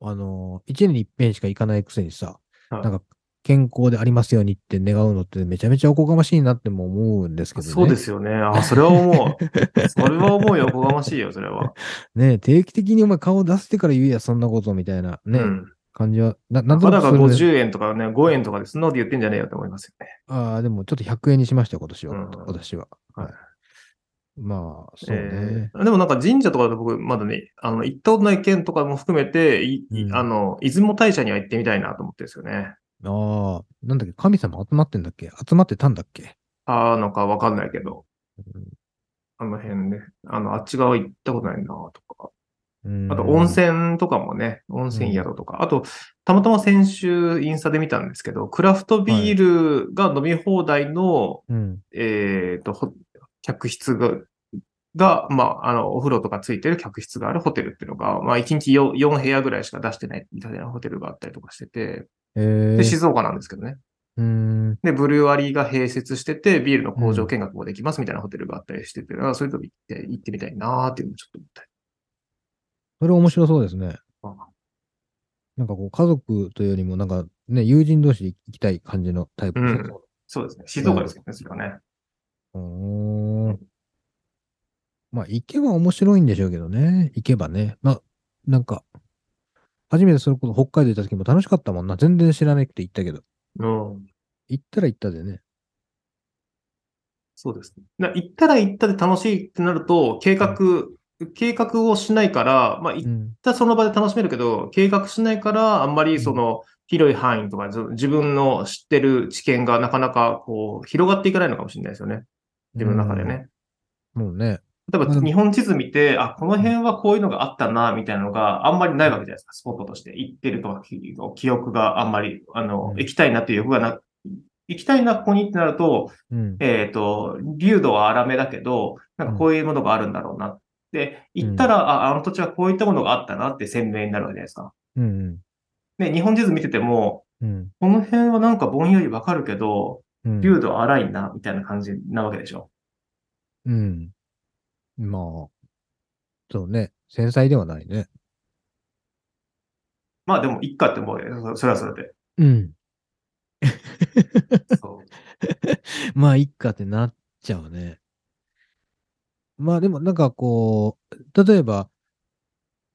Speaker 2: あのー、一年に一遍しか行かないくせにさ、
Speaker 3: はい
Speaker 2: なんか、健康でありますようにって願うのってめちゃめちゃおこがましいなっても思うんですけどね。
Speaker 3: そうですよね。あ、それは思う。それは思うよ。おこがましいよ、それは。
Speaker 2: ね定期的にお前顔出してから言えや、そんなことみたいなね、
Speaker 3: うん。
Speaker 2: 感じは、ななんと
Speaker 3: た
Speaker 2: な
Speaker 3: だ
Speaker 2: く
Speaker 3: が
Speaker 2: するんです
Speaker 3: 50円とかね、5円とかでそんなこと言ってんじゃねえよって思いますよね。
Speaker 2: ああ、でもちょっと100円にしましたよ、今年は。
Speaker 3: うん
Speaker 2: 私は。
Speaker 3: はい
Speaker 2: まあ、そうね。
Speaker 3: えーでもなんか神社とかで僕、まだね、あの、行ったことない県とかも含めて、いい
Speaker 2: うん
Speaker 3: あの、出雲大社には行ってみたいなと思ってるんですよね。
Speaker 2: ああ、なんだっけ、神様集まってんだっけ集まってたんだっけ
Speaker 3: あーのかわかんないけど、
Speaker 2: うん
Speaker 3: あの辺ね、あの、あっち側行ったことないなとか。
Speaker 2: うん
Speaker 3: あと、温泉とかもね、温泉宿とか。あと、たまたま先週インスタで見たんですけど、クラフトビールが飲み放題の、
Speaker 2: うん。
Speaker 3: えっ、と、ほ客室が、が、まあ、あの、お風呂とかついてる客室があるホテルっていうのが、まあ、1日 4, 4部屋ぐらいしか出してないみたいなホテルがあったりとかしてて、
Speaker 2: え
Speaker 3: で、
Speaker 2: ー、
Speaker 3: 静岡なんですけどね。
Speaker 2: うん。
Speaker 3: で、ブルワリーが併設してて、ビールの工場見学もできますみたいなホテルがあったりしてて、あそういうとこ行って、行ってみたいなーっていうのをちょっと思ったり。
Speaker 2: それ面白そうですね。
Speaker 3: あ
Speaker 2: なんかこう、家族というよりも、なんかね、友人同士で行きたい感じのタイプですね。
Speaker 3: そうですね。静岡ですけどね、それはね。
Speaker 2: うーん。まあ、行けば面白いんでしょうけどね。行けばね。まあ、なんか、初めてそれこそ北海道行った時も楽しかったもんな。全然知らなくて行ったけど。
Speaker 3: うん。
Speaker 2: 行ったら行ったでね。
Speaker 3: そうですね。な行ったら行ったで楽しいってなると、計画、計画をしないから、まあ、
Speaker 2: うん。
Speaker 3: ただその場で楽しめるけど、計画しないから、あんまりその広い範囲とか、ず自分の知ってる知見がなかなかこう広がっていかないのかもしれないですよね。自分の中でね。
Speaker 2: うん。もうね。
Speaker 3: 例え
Speaker 2: う
Speaker 3: ば
Speaker 2: ん
Speaker 3: 日本地図見て、あ、この辺はこういうのがあったな、みたいなのがあんまりないわけじゃないですか。スポットとして行ってるとか、き記憶があんまり、あ
Speaker 2: う
Speaker 3: の、
Speaker 2: ん
Speaker 3: 行きたいなっていう欲がな、行きたいな、ここにってなると、
Speaker 2: うん。
Speaker 3: えっ、と、流度は荒めだけど、なんかこういうものがあるんだろうなって。で、行ったら、あ、あの土地はこういったものがあったなって鮮明になるわけじゃないですか。
Speaker 2: うん。
Speaker 3: ね、日本地図見てても、
Speaker 2: うん。
Speaker 3: この辺はなんかぼんやりわかるけど、
Speaker 2: うん。
Speaker 3: 流度荒いな、みたいな感じなわけでしょ。
Speaker 2: うん。まあ、そうね。繊細ではないね。
Speaker 3: まあでも、いっかって思うよね。そそれはそ
Speaker 2: (laughs)
Speaker 3: れで。
Speaker 2: うん。
Speaker 3: そう
Speaker 2: まあ、いっかってなっちゃうね。まあ、でもなんかこう、例えば、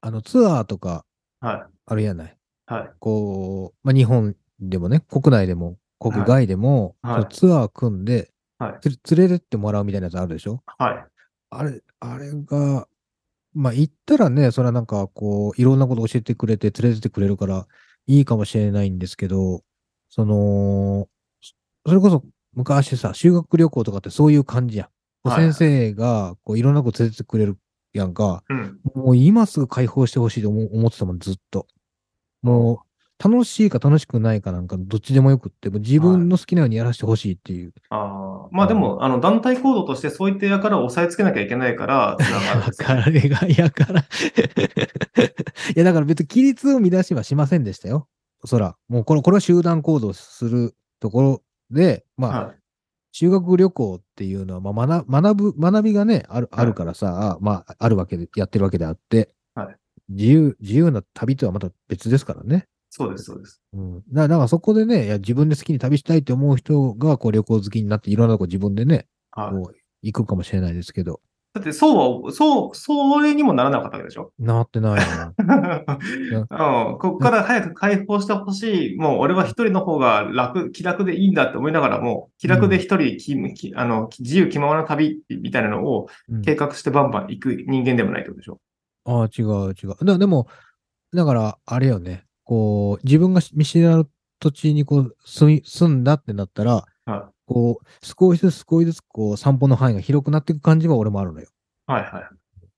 Speaker 2: あの、ツアーとか、
Speaker 3: は
Speaker 2: あるやない。
Speaker 3: い。はい。
Speaker 2: こう、まあ、日本でもね、国内でも、国外でも、そ
Speaker 3: はいは
Speaker 2: の
Speaker 3: い
Speaker 2: ツアー組んで、
Speaker 3: は
Speaker 2: つ連れてってもらうみたいなやつあるでしょ
Speaker 3: はい。
Speaker 2: あれ、あれが、まあ、行ったらね、それはなんか、こう、いろんなこと教えてくれて、連れてってくれるから、いいかもしれないんですけど、その、そそれこそ、昔さ、修学旅行とかってそういう感じやん。こう
Speaker 3: はい
Speaker 2: 先生が、こう、いろんなこと連れてってくれるやんか、
Speaker 3: うん。
Speaker 2: もう今すぐ解放してほしいと思思ってたもん、ずっと。もう、楽しいか楽しくないかなんか、どっちでもよくって、もう自分の好きなようにやらせてほしいっていう。
Speaker 3: あーまあでも、あの、団体行動としてそういったやからを押さえつけなきゃいけないから、つながるん
Speaker 2: や (laughs)
Speaker 3: ですよ
Speaker 2: かられが、や (laughs) から。いや、だから別に規律を乱しはしませんでしたよ。おそら。もうこれ、これは集団行動するところで、まあ、
Speaker 3: はい。
Speaker 2: 修学旅行っていうのは、まあ、学学ぶ、学びがね、ある、
Speaker 3: はい
Speaker 2: あるからさ、まあ、あるわけで、やってるわけであって、
Speaker 3: はい
Speaker 2: 自由、自由な旅とはまた別ですからね。
Speaker 3: そうです、そうです。
Speaker 2: うん。だだからそこでね、いや自分で好きに旅したいって思う人が、こう旅行好きになって、いろんなとこ自分でね、
Speaker 3: はい。
Speaker 2: こう、行くかもしれないですけど、
Speaker 3: だって、そうは、そう、それにもならなかったわけでしょ。 (laughs)
Speaker 2: なってないな。
Speaker 3: うん、こっから早く解放してほしい。もう俺は一人の方が楽、気楽でいいんだって思いながらも、気楽で一人き、きあの、自由気ままな旅みたいなのを
Speaker 2: うん
Speaker 3: 計画してバンバン行く人間でもないってことでしょ。
Speaker 2: ああ、違う違う。だでも、だから、あれよね。こう、自分が見知らぬ土地にこう住み住んだってなったら、
Speaker 3: は
Speaker 2: こう、少しずつ少しずつ、こう、散歩の範囲が広くなっていく感じは俺もあるのよ。
Speaker 3: い。はいはい。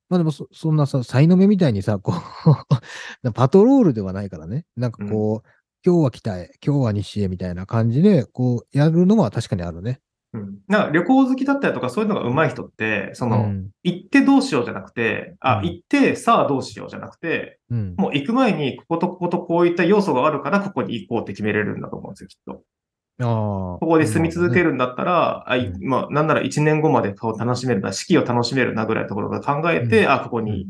Speaker 2: まあでもそ、そんなさ、才の目みたいにさ、こう、 (laughs) パトロールではないからね。なんかこう、今日は北へ、今日は西へみたいな感じで、こう、やるのは確かにあるね。
Speaker 3: うん。なんか旅行好きだったりとかそういうのが上手い人って、その、
Speaker 2: うん。
Speaker 3: 行ってどうしようじゃなくて、あ、
Speaker 2: うん
Speaker 3: 行ってさあどうしようじゃなくて、
Speaker 2: うん。
Speaker 3: もう行く前にこことこことこういった要素があるからここに行こうって決めれるんだと思うんですよ、きっと。
Speaker 2: ああ。
Speaker 3: ここで住み続け
Speaker 2: る。
Speaker 3: るんだったら、あい
Speaker 2: うん
Speaker 3: まあ、なんなら1年後まで顔楽しめるな、四季を楽しめるなぐらいのところが考えて、
Speaker 2: う
Speaker 3: あ、ここに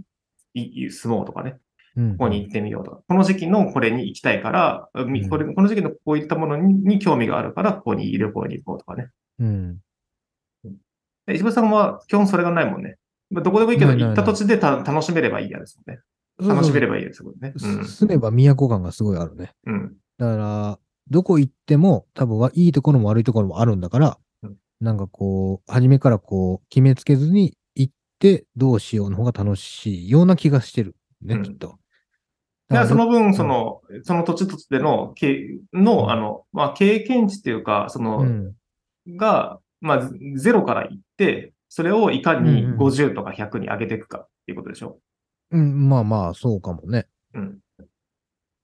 Speaker 3: いい住もうとかね。
Speaker 2: うん
Speaker 3: ここに行ってみようとか、この時期のこれに行きたいから、みこれこの時期のこういったものにに興味があるから、ここに旅行に行こうとかね。
Speaker 2: うん。
Speaker 3: で石破さんは基本それがないもんね。まあどこでもいいけど、
Speaker 2: ないない
Speaker 3: 行
Speaker 2: ない
Speaker 3: った土地でた楽しめればいいやですもんね。楽しめればいいやですもんね。
Speaker 2: す住めば都感がすごいあるね。
Speaker 3: うん。うん。
Speaker 2: だから、どこ行っても多分はいいところも悪いところもあるんだから
Speaker 3: うん、
Speaker 2: なんかこう、初めからこう、決めつけずに行ってどうしようの方が楽しいような気がしてる。ね、
Speaker 3: うん
Speaker 2: きっと。
Speaker 3: だからその分、
Speaker 2: ん
Speaker 3: その、その土地土地での、けの、あの、まあ、経験値っていうか、その、
Speaker 2: うん
Speaker 3: が、まあ、ゼロからいって、それをいかに
Speaker 2: うんうん
Speaker 3: 50とか100に上げていくかっていうことでしょ。
Speaker 2: うん、まあまあ、そうかもね。
Speaker 3: うん。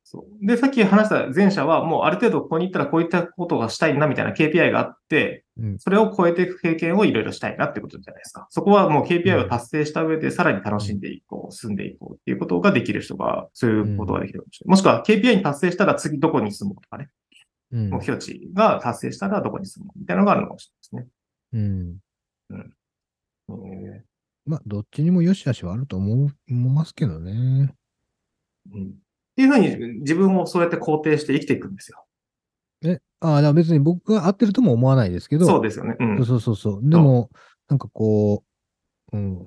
Speaker 3: そう。で、さっき話した前者は、もうある程度ここに行ったらこういったことがしたいなみたいな KPI があって、
Speaker 2: うん
Speaker 3: それを超えていく経験をいろいろしたいなってことじゃないですか。そこはもう KPI を達成した上でさらに楽しんでいこう、進んでいこうっていうことができる人が、そういうことができるかもしれない。もしくは KPI に達成したら次どこに住もうとかね、
Speaker 2: うん。
Speaker 3: 目標値が達成したらどこに住もうみたいなのがあるのかもしれないで
Speaker 2: うん。
Speaker 3: すね。へー
Speaker 2: まあ、どっちにも良し悪しはあると思う思いますけどね。
Speaker 3: うんっていうふうに自分をそうやって肯定して生きていくんですよ。
Speaker 2: え、ああ、だから別に僕が合ってるとも思わないですけど、
Speaker 3: そうですよね。う
Speaker 2: そ
Speaker 3: ん。
Speaker 2: うそうそうそう。でも、なんかこう、うん、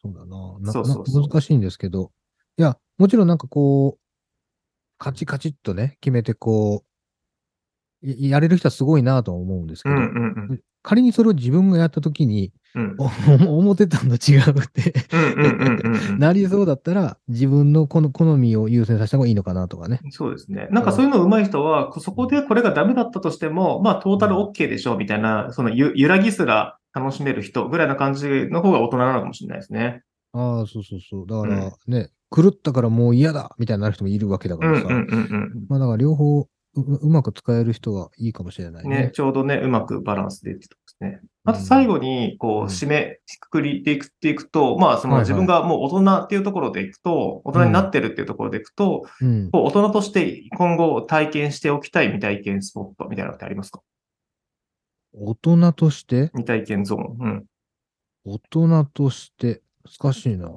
Speaker 2: そうだな。な
Speaker 3: そうそうそう
Speaker 2: な難しいんですけど、いや、もちろんなんかこう、カチカチっとね、決めてこう、ややれる人はすごいなとは思うんですけ
Speaker 3: う
Speaker 2: ど、
Speaker 3: んうんうん。
Speaker 2: 仮にそれを自分がやったときに、
Speaker 3: うん
Speaker 2: お (laughs) 思ってたのと違うって
Speaker 3: うんうんうんうんうん。
Speaker 2: なりそうだったら、自分のこの好みを優先させた方がいいのかなとかね。
Speaker 3: そうですね。なんかそういうの上手い人は、こそこでこれがダメだったとしても、まあトータル OK でしょうみたいな、そのゆ揺らぎすら楽しめる人ぐらいな感じの方が大人なのかもしれないですね。
Speaker 2: ああ、そうそうそう。だからね、狂ったからもう嫌だみたいになる人もいるわけだか
Speaker 3: うんう
Speaker 2: ら
Speaker 3: ん
Speaker 2: さ。
Speaker 3: うん
Speaker 2: まあだから両方ううまく使える人はいいかもしれない
Speaker 3: うん。
Speaker 2: ね。
Speaker 3: ね、ちょうどね、うまくバランスでってとこですね。あと最後に、こう
Speaker 2: う、ん
Speaker 3: 締めくくりでいくっていくと、まあその
Speaker 2: はいはい
Speaker 3: 自分がもう大人っていうところでいくと、大人になってるっていうところでいくと、
Speaker 2: うん。
Speaker 3: こう大人として今後体験しておきたい未体験スポットみたいなのってありますか
Speaker 2: 大人として、
Speaker 3: 未体験ゾーン。うん。
Speaker 2: 大人として、難しいな。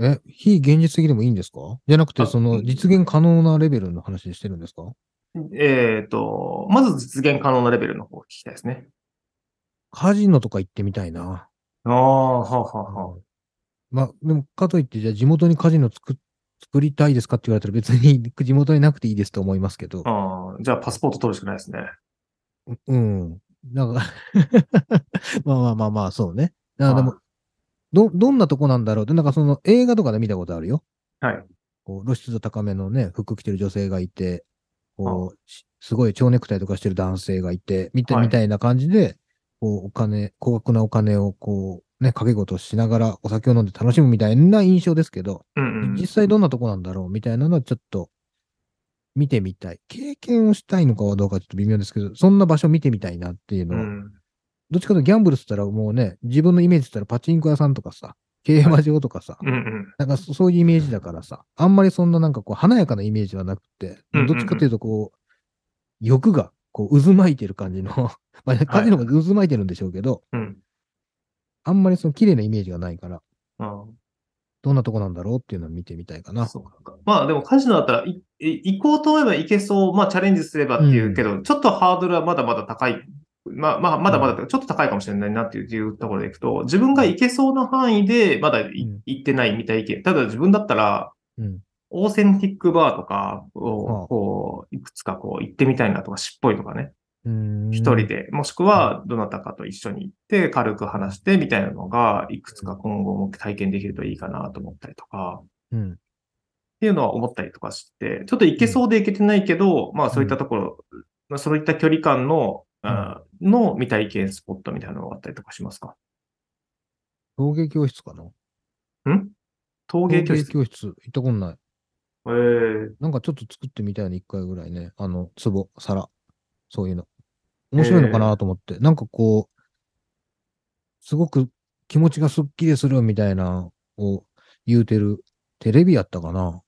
Speaker 2: え、非現実的でもいいんですかじゃなくて、
Speaker 3: あ
Speaker 2: その実現可能なレベルの話してるんですか
Speaker 3: えっ、と、まず実現可能なレベルの方を聞きたいですね。
Speaker 2: カジノとか行ってみたいな。
Speaker 3: ああ、はあはあはあ。
Speaker 2: まあ、でも、かといって、じゃあ地元にカジノ作っ作りたいですかって言われたら別に地元になくていいですと思いますけど。
Speaker 3: あーじゃあパスポート取るしかないですね。
Speaker 2: うん。なんか、 (laughs) まあまあまあまあ、そうね。あでも
Speaker 3: は、
Speaker 2: ど、どんなとこなんだろうって、なんかその映画とかで見たことあるよ。
Speaker 3: はい。
Speaker 2: こう露出度高めのね、服着てる女性がいて、こう、しすごい蝶ネクタイとかしてる男性がいて、みた,、
Speaker 3: はい
Speaker 2: みたいな感じで、こう、お金、高額なお金をこう、ね、掛け事をしながらお酒を飲んで楽しむみたいな印象ですけど、
Speaker 3: うんうん。
Speaker 2: 実際どんなとこなんだろうみたいなのはちょっと見てみたい。経験をしたいのかはどうかちょっと微妙ですけど、そんな場所見てみたいなっていう
Speaker 3: う
Speaker 2: のは、
Speaker 3: ん。
Speaker 2: どっちかというとギャンブルっつったらもうね、自分のイメージっつったらパチンコ屋さんとかさ、競馬場とかさ、
Speaker 3: うんうん。
Speaker 2: なんかそそういうイメージだからさ、あんまりそんななんかこう華やかなイメージはなくて、
Speaker 3: うんうんうん
Speaker 2: どっちかというとこう、欲がこう渦巻いてる感じの、 (laughs) まあ、カジノが渦巻いてるんでしょうけど、
Speaker 3: うん。
Speaker 2: あんまりその綺麗なイメージがないから、
Speaker 3: あ
Speaker 2: どんなとこなんだろうっていうのを見てみたいか
Speaker 3: あ
Speaker 2: な。
Speaker 3: そうかまあでもカジノだったらいい行こうと思えば行けそう、まあチャレンジすればっていうけど、ちょっとハードルはまだまだ高い。まあまあ、まだまだというか、ちょっと高いかもしれないなっていういうところでいくと、自分が行けそうな範囲でまだい
Speaker 2: うん
Speaker 3: 行ってないみたいな意見。ただ自分だったら、
Speaker 2: うん。
Speaker 3: オーセンティックバーとか
Speaker 2: は
Speaker 3: を、
Speaker 2: あ
Speaker 3: こう、いくつかこう行ってみたいなとか、しっぽいとかね、
Speaker 2: うーん
Speaker 3: 一人。で、もしくはどなたかと一緒に行って、軽く話してみたいなのが、いくつか今後も体験できるといいかなと思ったりとか、っ
Speaker 2: うん。
Speaker 3: ていうのは思ったりとかして、ちょっと行けそうで行けてないけど、まあそういったところ、まあそういった距離感の、あーの未体験スポットみたいなのがあったりとかしますか
Speaker 2: 陶芸教室かな
Speaker 3: ん陶芸教室。
Speaker 2: 陶芸教室行ったことない。
Speaker 3: えー
Speaker 2: なんかちょっと作ってみたいな、一回ぐらいね。あの、壺、皿、そういうの。面白いのかなと思って。なんかこう、すごく気持ちがすっきりするみたいなを言うてるテレビやったかな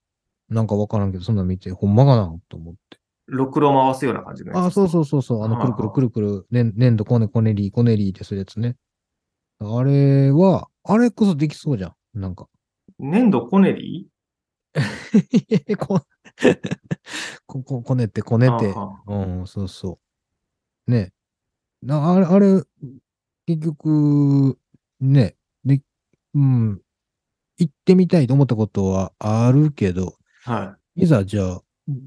Speaker 2: なんかわからんけど、そんなん見て、ほんまかなと思って。
Speaker 3: ろくろ回すような感じのや
Speaker 2: あ、
Speaker 3: つ
Speaker 2: そうそうそうそう。あの、
Speaker 3: は
Speaker 2: く
Speaker 3: あ
Speaker 2: るくるくるくる、ね、粘土、こね、こねり、こねりってするやつね。あれは、あれこそできそうじゃん。なんか。
Speaker 3: 粘土こねり
Speaker 2: (laughs) こ、こ、こ、こねて、こねて
Speaker 3: あ。あ
Speaker 2: うん、そうそう。ね。な、あれ、あれ、結局、ね、で、うん、行ってみたいと思ったことはあるけど、
Speaker 3: はい。
Speaker 2: いざじゃあ、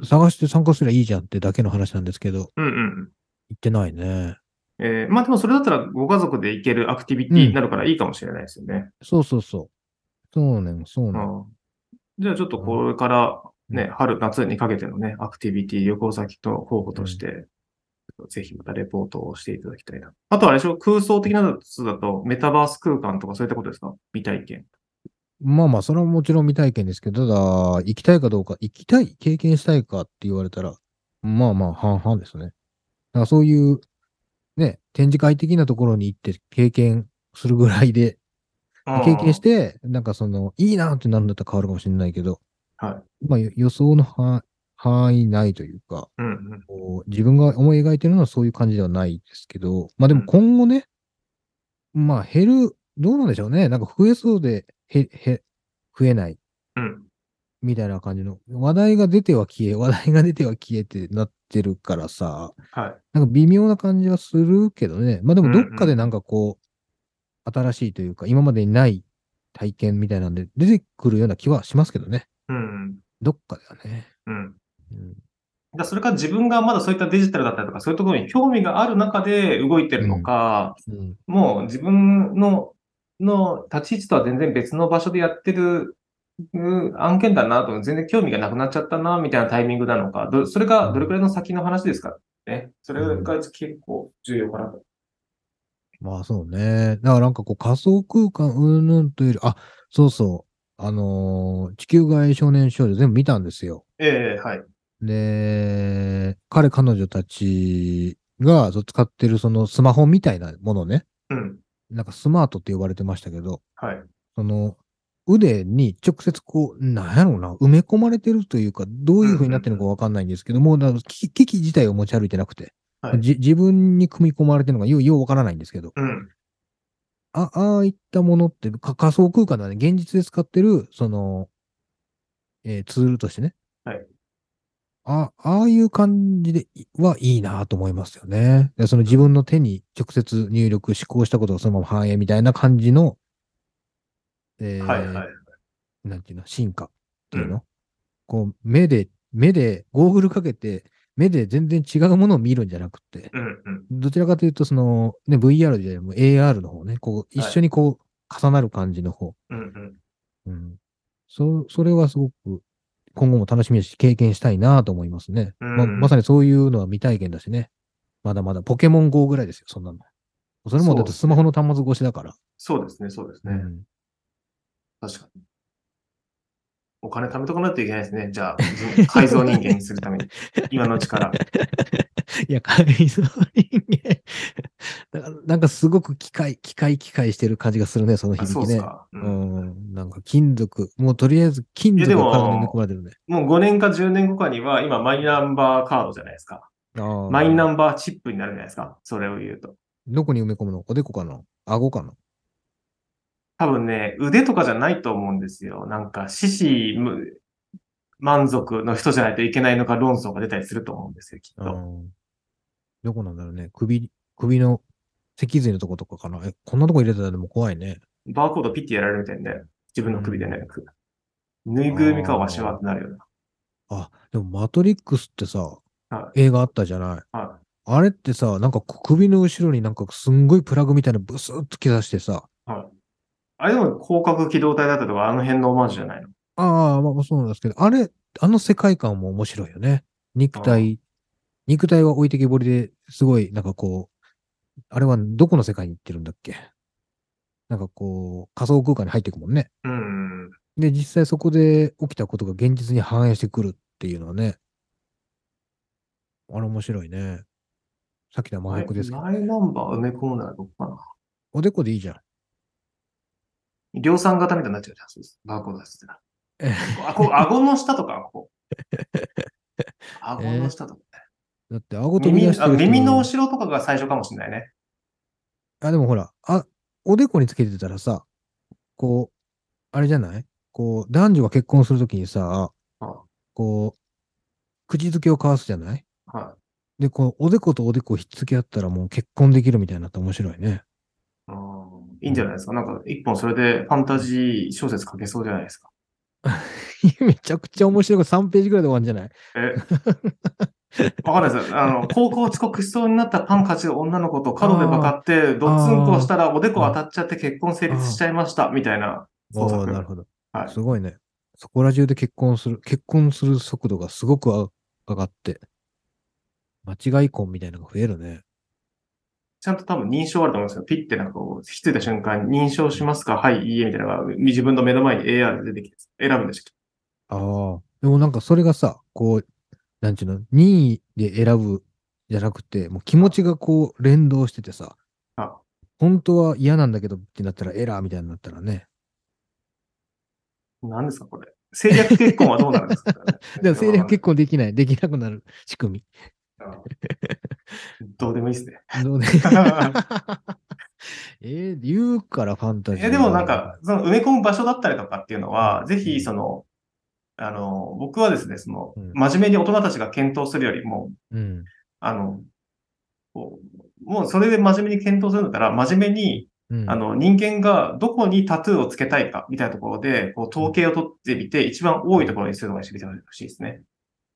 Speaker 2: 探して参加すりゃいいじゃんってだけの話なんですけど、
Speaker 3: うんうん。
Speaker 2: 行ってないね。
Speaker 3: えーまあでもそれだったらご家族で行けるアクティビティになるからいいかもしれないですよね。
Speaker 2: そうそうそう。そうねん、そう
Speaker 3: う
Speaker 2: ねん。
Speaker 3: ん。じゃあちょっとこれからね、春、夏にかけてのね、アクティビティ、旅行先と候補として、ぜひまたレポートをしていただきたいな。あとはあれでしょ、空想的なやつだと、メタバース空間とかそういったことですか未体験。
Speaker 2: まあまあ、それはもちろん未体験ですけど、ただ、行きたいかどうか、行きたい、経験したいかって言われたら、まあまあ、半々ですね。だからそういう、ね、展示会的なところに行って経験するぐらいで、経験し
Speaker 3: うん
Speaker 2: て、なんかその、いいなってなるんだったら変わるかもしれないけど、
Speaker 3: は
Speaker 2: まあよ予想の範範囲内というか、
Speaker 3: うんうん。
Speaker 2: こう自分が思い描いてるのはそういう感じではないですけど、まあでも今後ね、まあ減る、どうなんでしょうね。なんか増えそうで、へ、へ、増えない
Speaker 3: うん。
Speaker 2: みたいな感じの、話題が出ては消え、話題が出ては消えってなってるからさ、
Speaker 3: はい。
Speaker 2: なんか微妙な感じはするけどね。まあでも
Speaker 3: うんう
Speaker 2: ど
Speaker 3: ん
Speaker 2: っかでなんかこう、新しいというか、今までにない体験みたいなんで出てくるような気はしますけどね。
Speaker 3: うん。
Speaker 2: どっかではね。
Speaker 3: うん。
Speaker 2: うん、
Speaker 3: だからそれから自分がまだそういったデジタルだったりとか、そういうところに興味がある中で動いてるのか、
Speaker 2: うん
Speaker 3: もう自分の、の立ち位置とは全然別の場所でやってるうん案件だなと、全然興味がなくなっちゃったな、みたいなタイミングなのか、どそれがどれくらいの先の話ですかね。それが結構重要かなと。
Speaker 2: まあそうね。だからなんかこう仮想空間うんぬんというより、あ、そうそう。あのー地球外少年少女全部見たんですよ。
Speaker 3: ええはい。
Speaker 2: で、彼彼女たちがそう使ってるそのスマホみたいなものね。
Speaker 3: うん。
Speaker 2: なんかスマートって呼ばれてましたけど、
Speaker 3: はい。
Speaker 2: その腕に直接こう、なんやろうな、埋め込まれてるというか、どういう風になってるのかわかんないんですけども、だから機機器自体を持ち歩いてなくて、
Speaker 3: はい
Speaker 2: じ自分に組み込まれてるのがようようわからないんですけど、
Speaker 3: うん。
Speaker 2: あ、ああいったものって、か仮想空間ではね、現実で使ってる、その、えーツールとしてね。
Speaker 3: はい。
Speaker 2: あ、ああいう感じでいはいいなと思いますよね。でその自分の手に直接入力、思考したことがそのまま反映みたいな感じの、えー
Speaker 3: はい、はい。
Speaker 2: なんていうの、進化っていうの、
Speaker 3: う
Speaker 2: こう、目で、目で、ゴーグルかけて、目で全然違うものを見るんじゃなくって、
Speaker 3: うん。うん。
Speaker 2: どちらかというと、その、ね、VR でも AR の方ね、こう、一
Speaker 3: はい
Speaker 2: 緒にこう、重なる感じの方。
Speaker 3: うん。
Speaker 2: う
Speaker 3: うん。
Speaker 2: ん。そ、それはすごく、今後も楽しみだし、経験したいなと思いますね。ま、
Speaker 3: うん
Speaker 2: まさにそういうのは未体験だしね。まだまだポケモン GO ぐらいですよ、そんなの。それもだってスマホの端末越しだから。
Speaker 3: そうですね、そうですね。
Speaker 2: うん
Speaker 3: 確かに。お金貯めとかないといけないですね。じゃあ、ず改造人間にする (laughs) ために。今のうちから。
Speaker 2: いや、改造人間。 (laughs) だからなんかすごく機械、機械、機械してる感じがするね、その
Speaker 3: あ
Speaker 2: 響
Speaker 3: (laughs) そう
Speaker 2: き
Speaker 3: です
Speaker 2: ね。
Speaker 3: か。う
Speaker 2: うんん。なんか金属、もうとりあえず金属
Speaker 3: いやで
Speaker 2: が
Speaker 3: も
Speaker 2: 体に埋め込まれてるね。
Speaker 3: もう5年か10年後かには、今、マイナンバーカードじゃないですか。マ
Speaker 2: マ
Speaker 3: イナンバーチップになるじゃないですか。それを言うと。
Speaker 2: どこに埋め込むのおでこかな顎かな
Speaker 3: 多分ね、腕とかじゃないと思うんですよ。なんか、四肢む満足の人じゃないといけないのか論争が出たりすると思うんですよ、きっと。
Speaker 2: うんどこなんだろうね。首、首の脊髄のとことかかなえ、こんなとこ入れてたらでも怖いね。
Speaker 3: バーコードピッてやられるみたいにね。自分の首でね。くぬいぐるみかわしはってなるような。
Speaker 2: あ、でもマトリックスってさ、
Speaker 3: は
Speaker 2: 映画あったじゃない
Speaker 3: は
Speaker 2: あれってさ、なんか首の後ろになんかすんごいプラグみたいなブスッと切らしてさ、
Speaker 3: あれでも広角機動隊だったとか、あの辺のオマージュじゃないの
Speaker 2: ああ、まあそうなんですけど、あれ、あの世界観も面白いよね。肉体、肉体は置いてけぼりですごい、なんかこう、あれはどこの世界に行ってるんだっけなんかこう、仮想空間に入っていくもんね。
Speaker 3: うんうん。
Speaker 2: で、実際そこで起きたことが現実に反映してくるっていうのはね。あれ面白いね。さっきのは真逆ですけど、
Speaker 3: マイナンバー埋め込むならどこかな。
Speaker 2: おでこでいいじゃん。
Speaker 3: 量産型みたいになっちゃうじゃん。そうですバーコードですら。
Speaker 2: (laughs) え
Speaker 3: あ、こう、顎の下とか、こ
Speaker 2: (laughs)
Speaker 3: こ。顎の下とか。
Speaker 2: だって顎飛び
Speaker 3: 耳
Speaker 2: 出して
Speaker 3: あ
Speaker 2: る人
Speaker 3: 耳の後ろとかが最初かもしれないね。
Speaker 2: あ、でもほら、あ、おでこにつけてたらさ、こう、あれじゃないこう、男女が結婚するときにさ、
Speaker 3: うん
Speaker 2: こう、口づけを交わすじゃない
Speaker 3: は
Speaker 2: で、こう、おでことおでこをひっつき合ったらもう結婚できるみたいになって面白いね。 (laughs)
Speaker 3: い。うんいいんじゃないですか。なんか、一本それでファンタジー小説書けそうじゃないですか。
Speaker 2: めちゃくちゃ面白い。3ページぐらいで終わるんじゃない (laughs)
Speaker 3: えわかんないですよ。あの、高校遅刻しそうになったパン勝ちの女の子と角でかかって、ドッツンとしたらおでこ当たっちゃって結婚成立しちゃいました、みたいな創
Speaker 2: お
Speaker 3: 作
Speaker 2: ーなるほど。
Speaker 3: はい
Speaker 2: すごいね。そこら中で結婚する、結婚する速度がすごく上がって、間違い婚みたいなのが増えるね。
Speaker 3: ちゃんと多分認証あると思うんですよ。ピッてなんかこう、引き継いだ瞬間に認証しますかはい、いいえ、みたいなのが自分の目の前に AR で出てきて、選ぶんでしたっ
Speaker 2: ああ。でもなんかそれがさ、こう、なんちゅうの、任意で選ぶじゃなくて、もう気持ちがこう連動しててさ
Speaker 3: あ、
Speaker 2: 本当は嫌なんだけどってなったらエラーみたいになったらね。
Speaker 3: け何ですか、これ。政略結婚はどうなるんです
Speaker 2: (laughs)
Speaker 3: か、
Speaker 2: でも政略結婚
Speaker 3: 婚。
Speaker 2: できない、できなくなる仕組
Speaker 3: (laughs) どうでもいいです
Speaker 2: (laughs)
Speaker 3: ね。
Speaker 2: み。どうね
Speaker 3: (laughs)
Speaker 2: えー、言うからファンタジー。
Speaker 3: え、でもなんか、、その埋め込む場所だったりとかっていうのは、ぜひその、あの、僕はですね、その
Speaker 2: うん、
Speaker 3: 真面目に大人たちが検討するよりも、
Speaker 2: うん。
Speaker 3: あの、こうもうそれで真面目に検討するんだったら、真面目に
Speaker 2: うん、
Speaker 3: あの、人間がどこにタトゥーをつけたいかみたいなところで、こう、統計を取ってみて、一番多いところにするのが知りてほしいですね。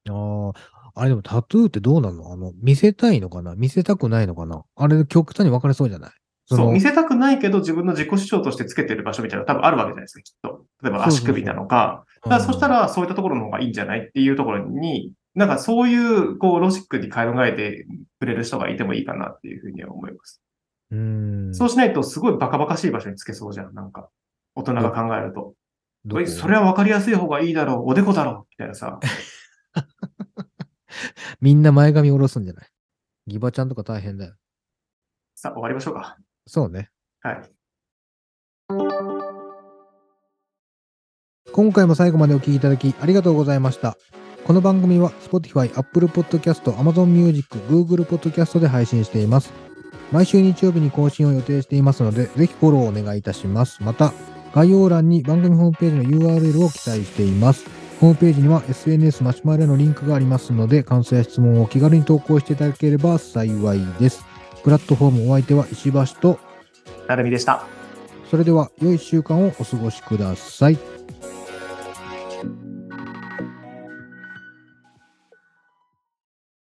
Speaker 2: ああ、あれでもタトゥーってどうなのあの、見せたいのかな見せたくないのかなあれ極端に分かれそうじゃないそ
Speaker 3: そう、
Speaker 2: の
Speaker 3: 見せたくないけど自分の自己主張としてつけてる場所みたいなの多分あるわけじゃないですか、きっと。例えば
Speaker 2: そうそうそう
Speaker 3: 足首なのか。だからそした、ら、そういったところの方がいいんじゃないっていうところに、なんかそういう、こう、ロジックに考えてくれる人がいてもいいかなっていうふうには思います。
Speaker 2: うん。うん
Speaker 3: そうしないと、すごいバカバカしい場所につけそうじゃん、なんか。大人が考えると。
Speaker 2: ど
Speaker 3: え
Speaker 2: こ
Speaker 3: それは分かりやすい方がいいだろう、おでこだろう、みたいなさ。
Speaker 2: みんな前髪下ろすんじゃないギバちゃんとか大変だよ。
Speaker 3: さあ、終わりましょうか。
Speaker 2: そうね。
Speaker 3: はい。
Speaker 2: 今回も最後までお聞きいただきありがとうございました。この番組は Spotify、Apple Podcast、Amazon Music、Google Podcast で配信しています。毎週日曜日に更新を予定していますので、ぜひフォローお願いいたします。また、概要欄に番組ホームページの URL を記載しています。ホームページには SNS マシュマロへのリンクがありますので、感想や質問を気軽に投稿していただければ幸いです。プラットフォームお相手は石橋と、
Speaker 3: なるみでした。
Speaker 2: それでは良い週間をお過ごしください。